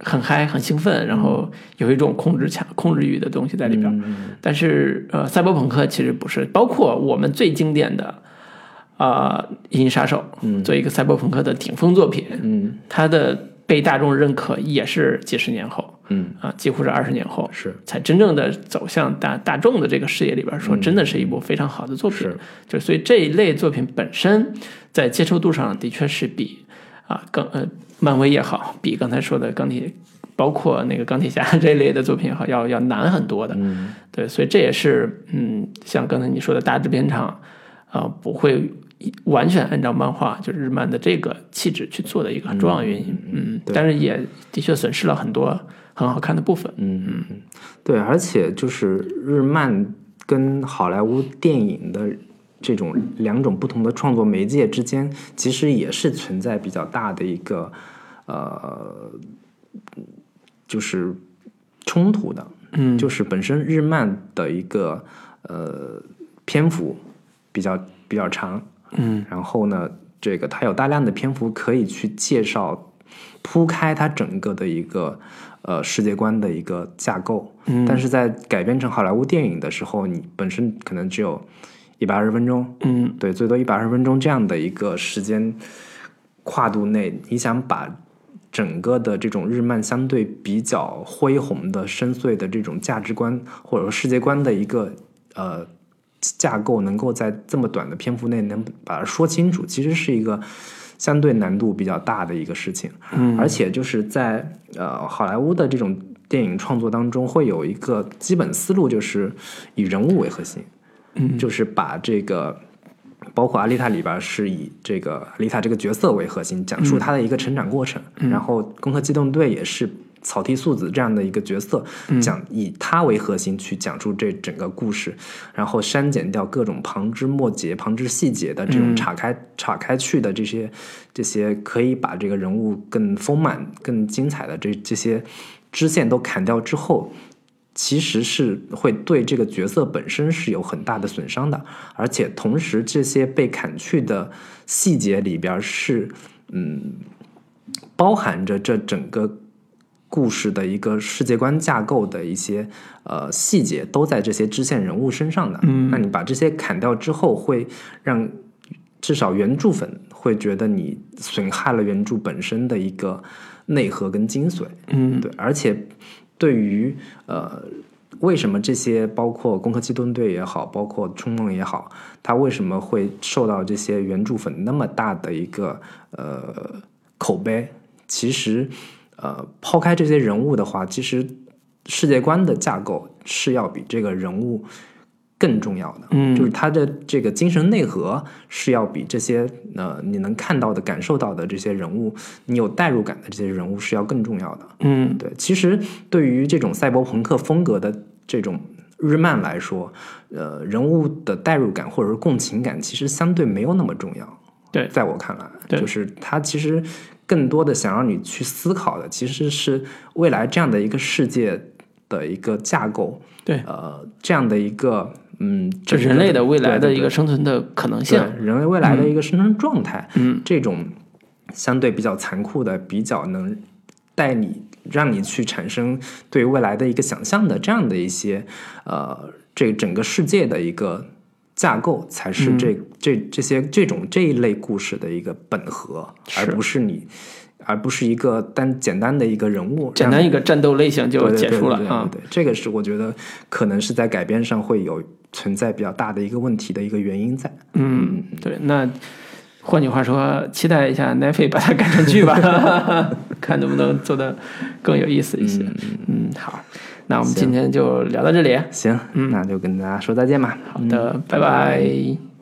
很嗨，很兴奋，然后有一种控制强、控制欲的东西在里边。但是，呃，赛博朋克其实不是，包括我们最经典的啊，《银翼杀手》作为一个赛博朋克的顶峰作品，嗯它的被大众认可也是几十年后嗯啊，几乎是二十年后是才真正的走向大大众的这个视野里边，说真的是一部非常好的作品嗯是。就所以这一类作品本身在接受度上的确是比啊更呃漫威也好，比刚才说的钢铁。包括那个钢铁侠这一类的作品也好，要要难很多的，嗯对，所以这也是，嗯，像刚才你说的大制片厂，啊，不会一完全按照漫画就是日漫的这个气质去做的一个很重要的原因，嗯，对但是也的确损失了很多很好看的部分，嗯嗯嗯，对，而且就是日漫跟好莱坞电影的这种两种不同的创作媒介之间，其实也是存在比较大的一个呃，就是冲突的。嗯，就是本身日漫的一个呃篇幅比较比较长，嗯，然后呢，这个它有大量的篇幅可以去介绍、铺开它整个的一个呃世界观的一个架构。嗯，但是在改编成好莱坞电影的时候，你本身可能只有一百二十分钟，嗯对，最多一百二十分钟这样的一个时间跨度内，你想把整个的这种日漫相对比较恢宏的、深邃的这种价值观或者说世界观的一个呃架构，能够在这么短的篇幅内能把它说清楚，其实是一个相对难度比较大的一个事情。嗯，而且就是在呃好莱坞的这种。电影创作当中会有一个基本思路，就是以人物为核心，嗯，就是把这个包括阿丽塔里边是以这个阿丽塔这个角色为核心，讲述她的一个成长过程。然后《攻壳机动队》也是草剃素子这样的一个角色，讲以她为核心去讲述这整个故事，然后删减掉各种旁枝末节、旁枝细节的这种岔开、岔开去的这些这些，可以把这个人物更丰满、更精彩的这这些支线都砍掉之后，其实是会对这个角色本身是有很大的损伤的，而且同时这些被砍去的细节里边儿是，嗯，包含着这整个故事的一个世界观架构的一些呃细节都在这些支线人物身上的。嗯，那你把这些砍掉之后，会让至少原著粉会觉得你损害了原著本身的一个内核跟精髓。嗯对，而且对于呃，为什么这些包括《攻壳机动队》也好，包括《冲梦》也好，它为什么会受到这些原著粉那么大的一个呃口碑？其实，呃，抛开这些人物的话，其实世界观的架构是要比这个人物更重要的。嗯就是它的这个精神内核是要比这些呃你能看到的、感受到的这些人物，你有代入感的这些人物是要更重要的。嗯对，其实对于这种赛博朋克风格的这种日漫来说，呃，人物的代入感或者是共情感其实相对没有那么重要。对在我看来，对就是它其实更多的想让你去思考的，其实是未来这样的一个世界的一个架构，对，呃，这样的一个嗯，这整个人类的未来的一个对生存的可能对性对，人类未来的一个生存状态，嗯，这种相对比较残酷的，比较能带你让你去产生对未来的一个想象的这样的一些呃，这整个世界的一个架构，才是这、这这些这种这一类故事的一个本和，而是不是你，而不是一个单简单的一个人物，简单一个战斗类型就对对结对束了对对啊。对对这个是我觉得可能是在改编上会有存在比较大的一个问题的一个原因在。嗯，对，那换句话说，期待一下奈飞把它改成剧 吧，看能不能做得更有意思一些。嗯，好，那我们今天就聊到这里。行，那就跟大家说再见吧。好的，嗯拜拜拜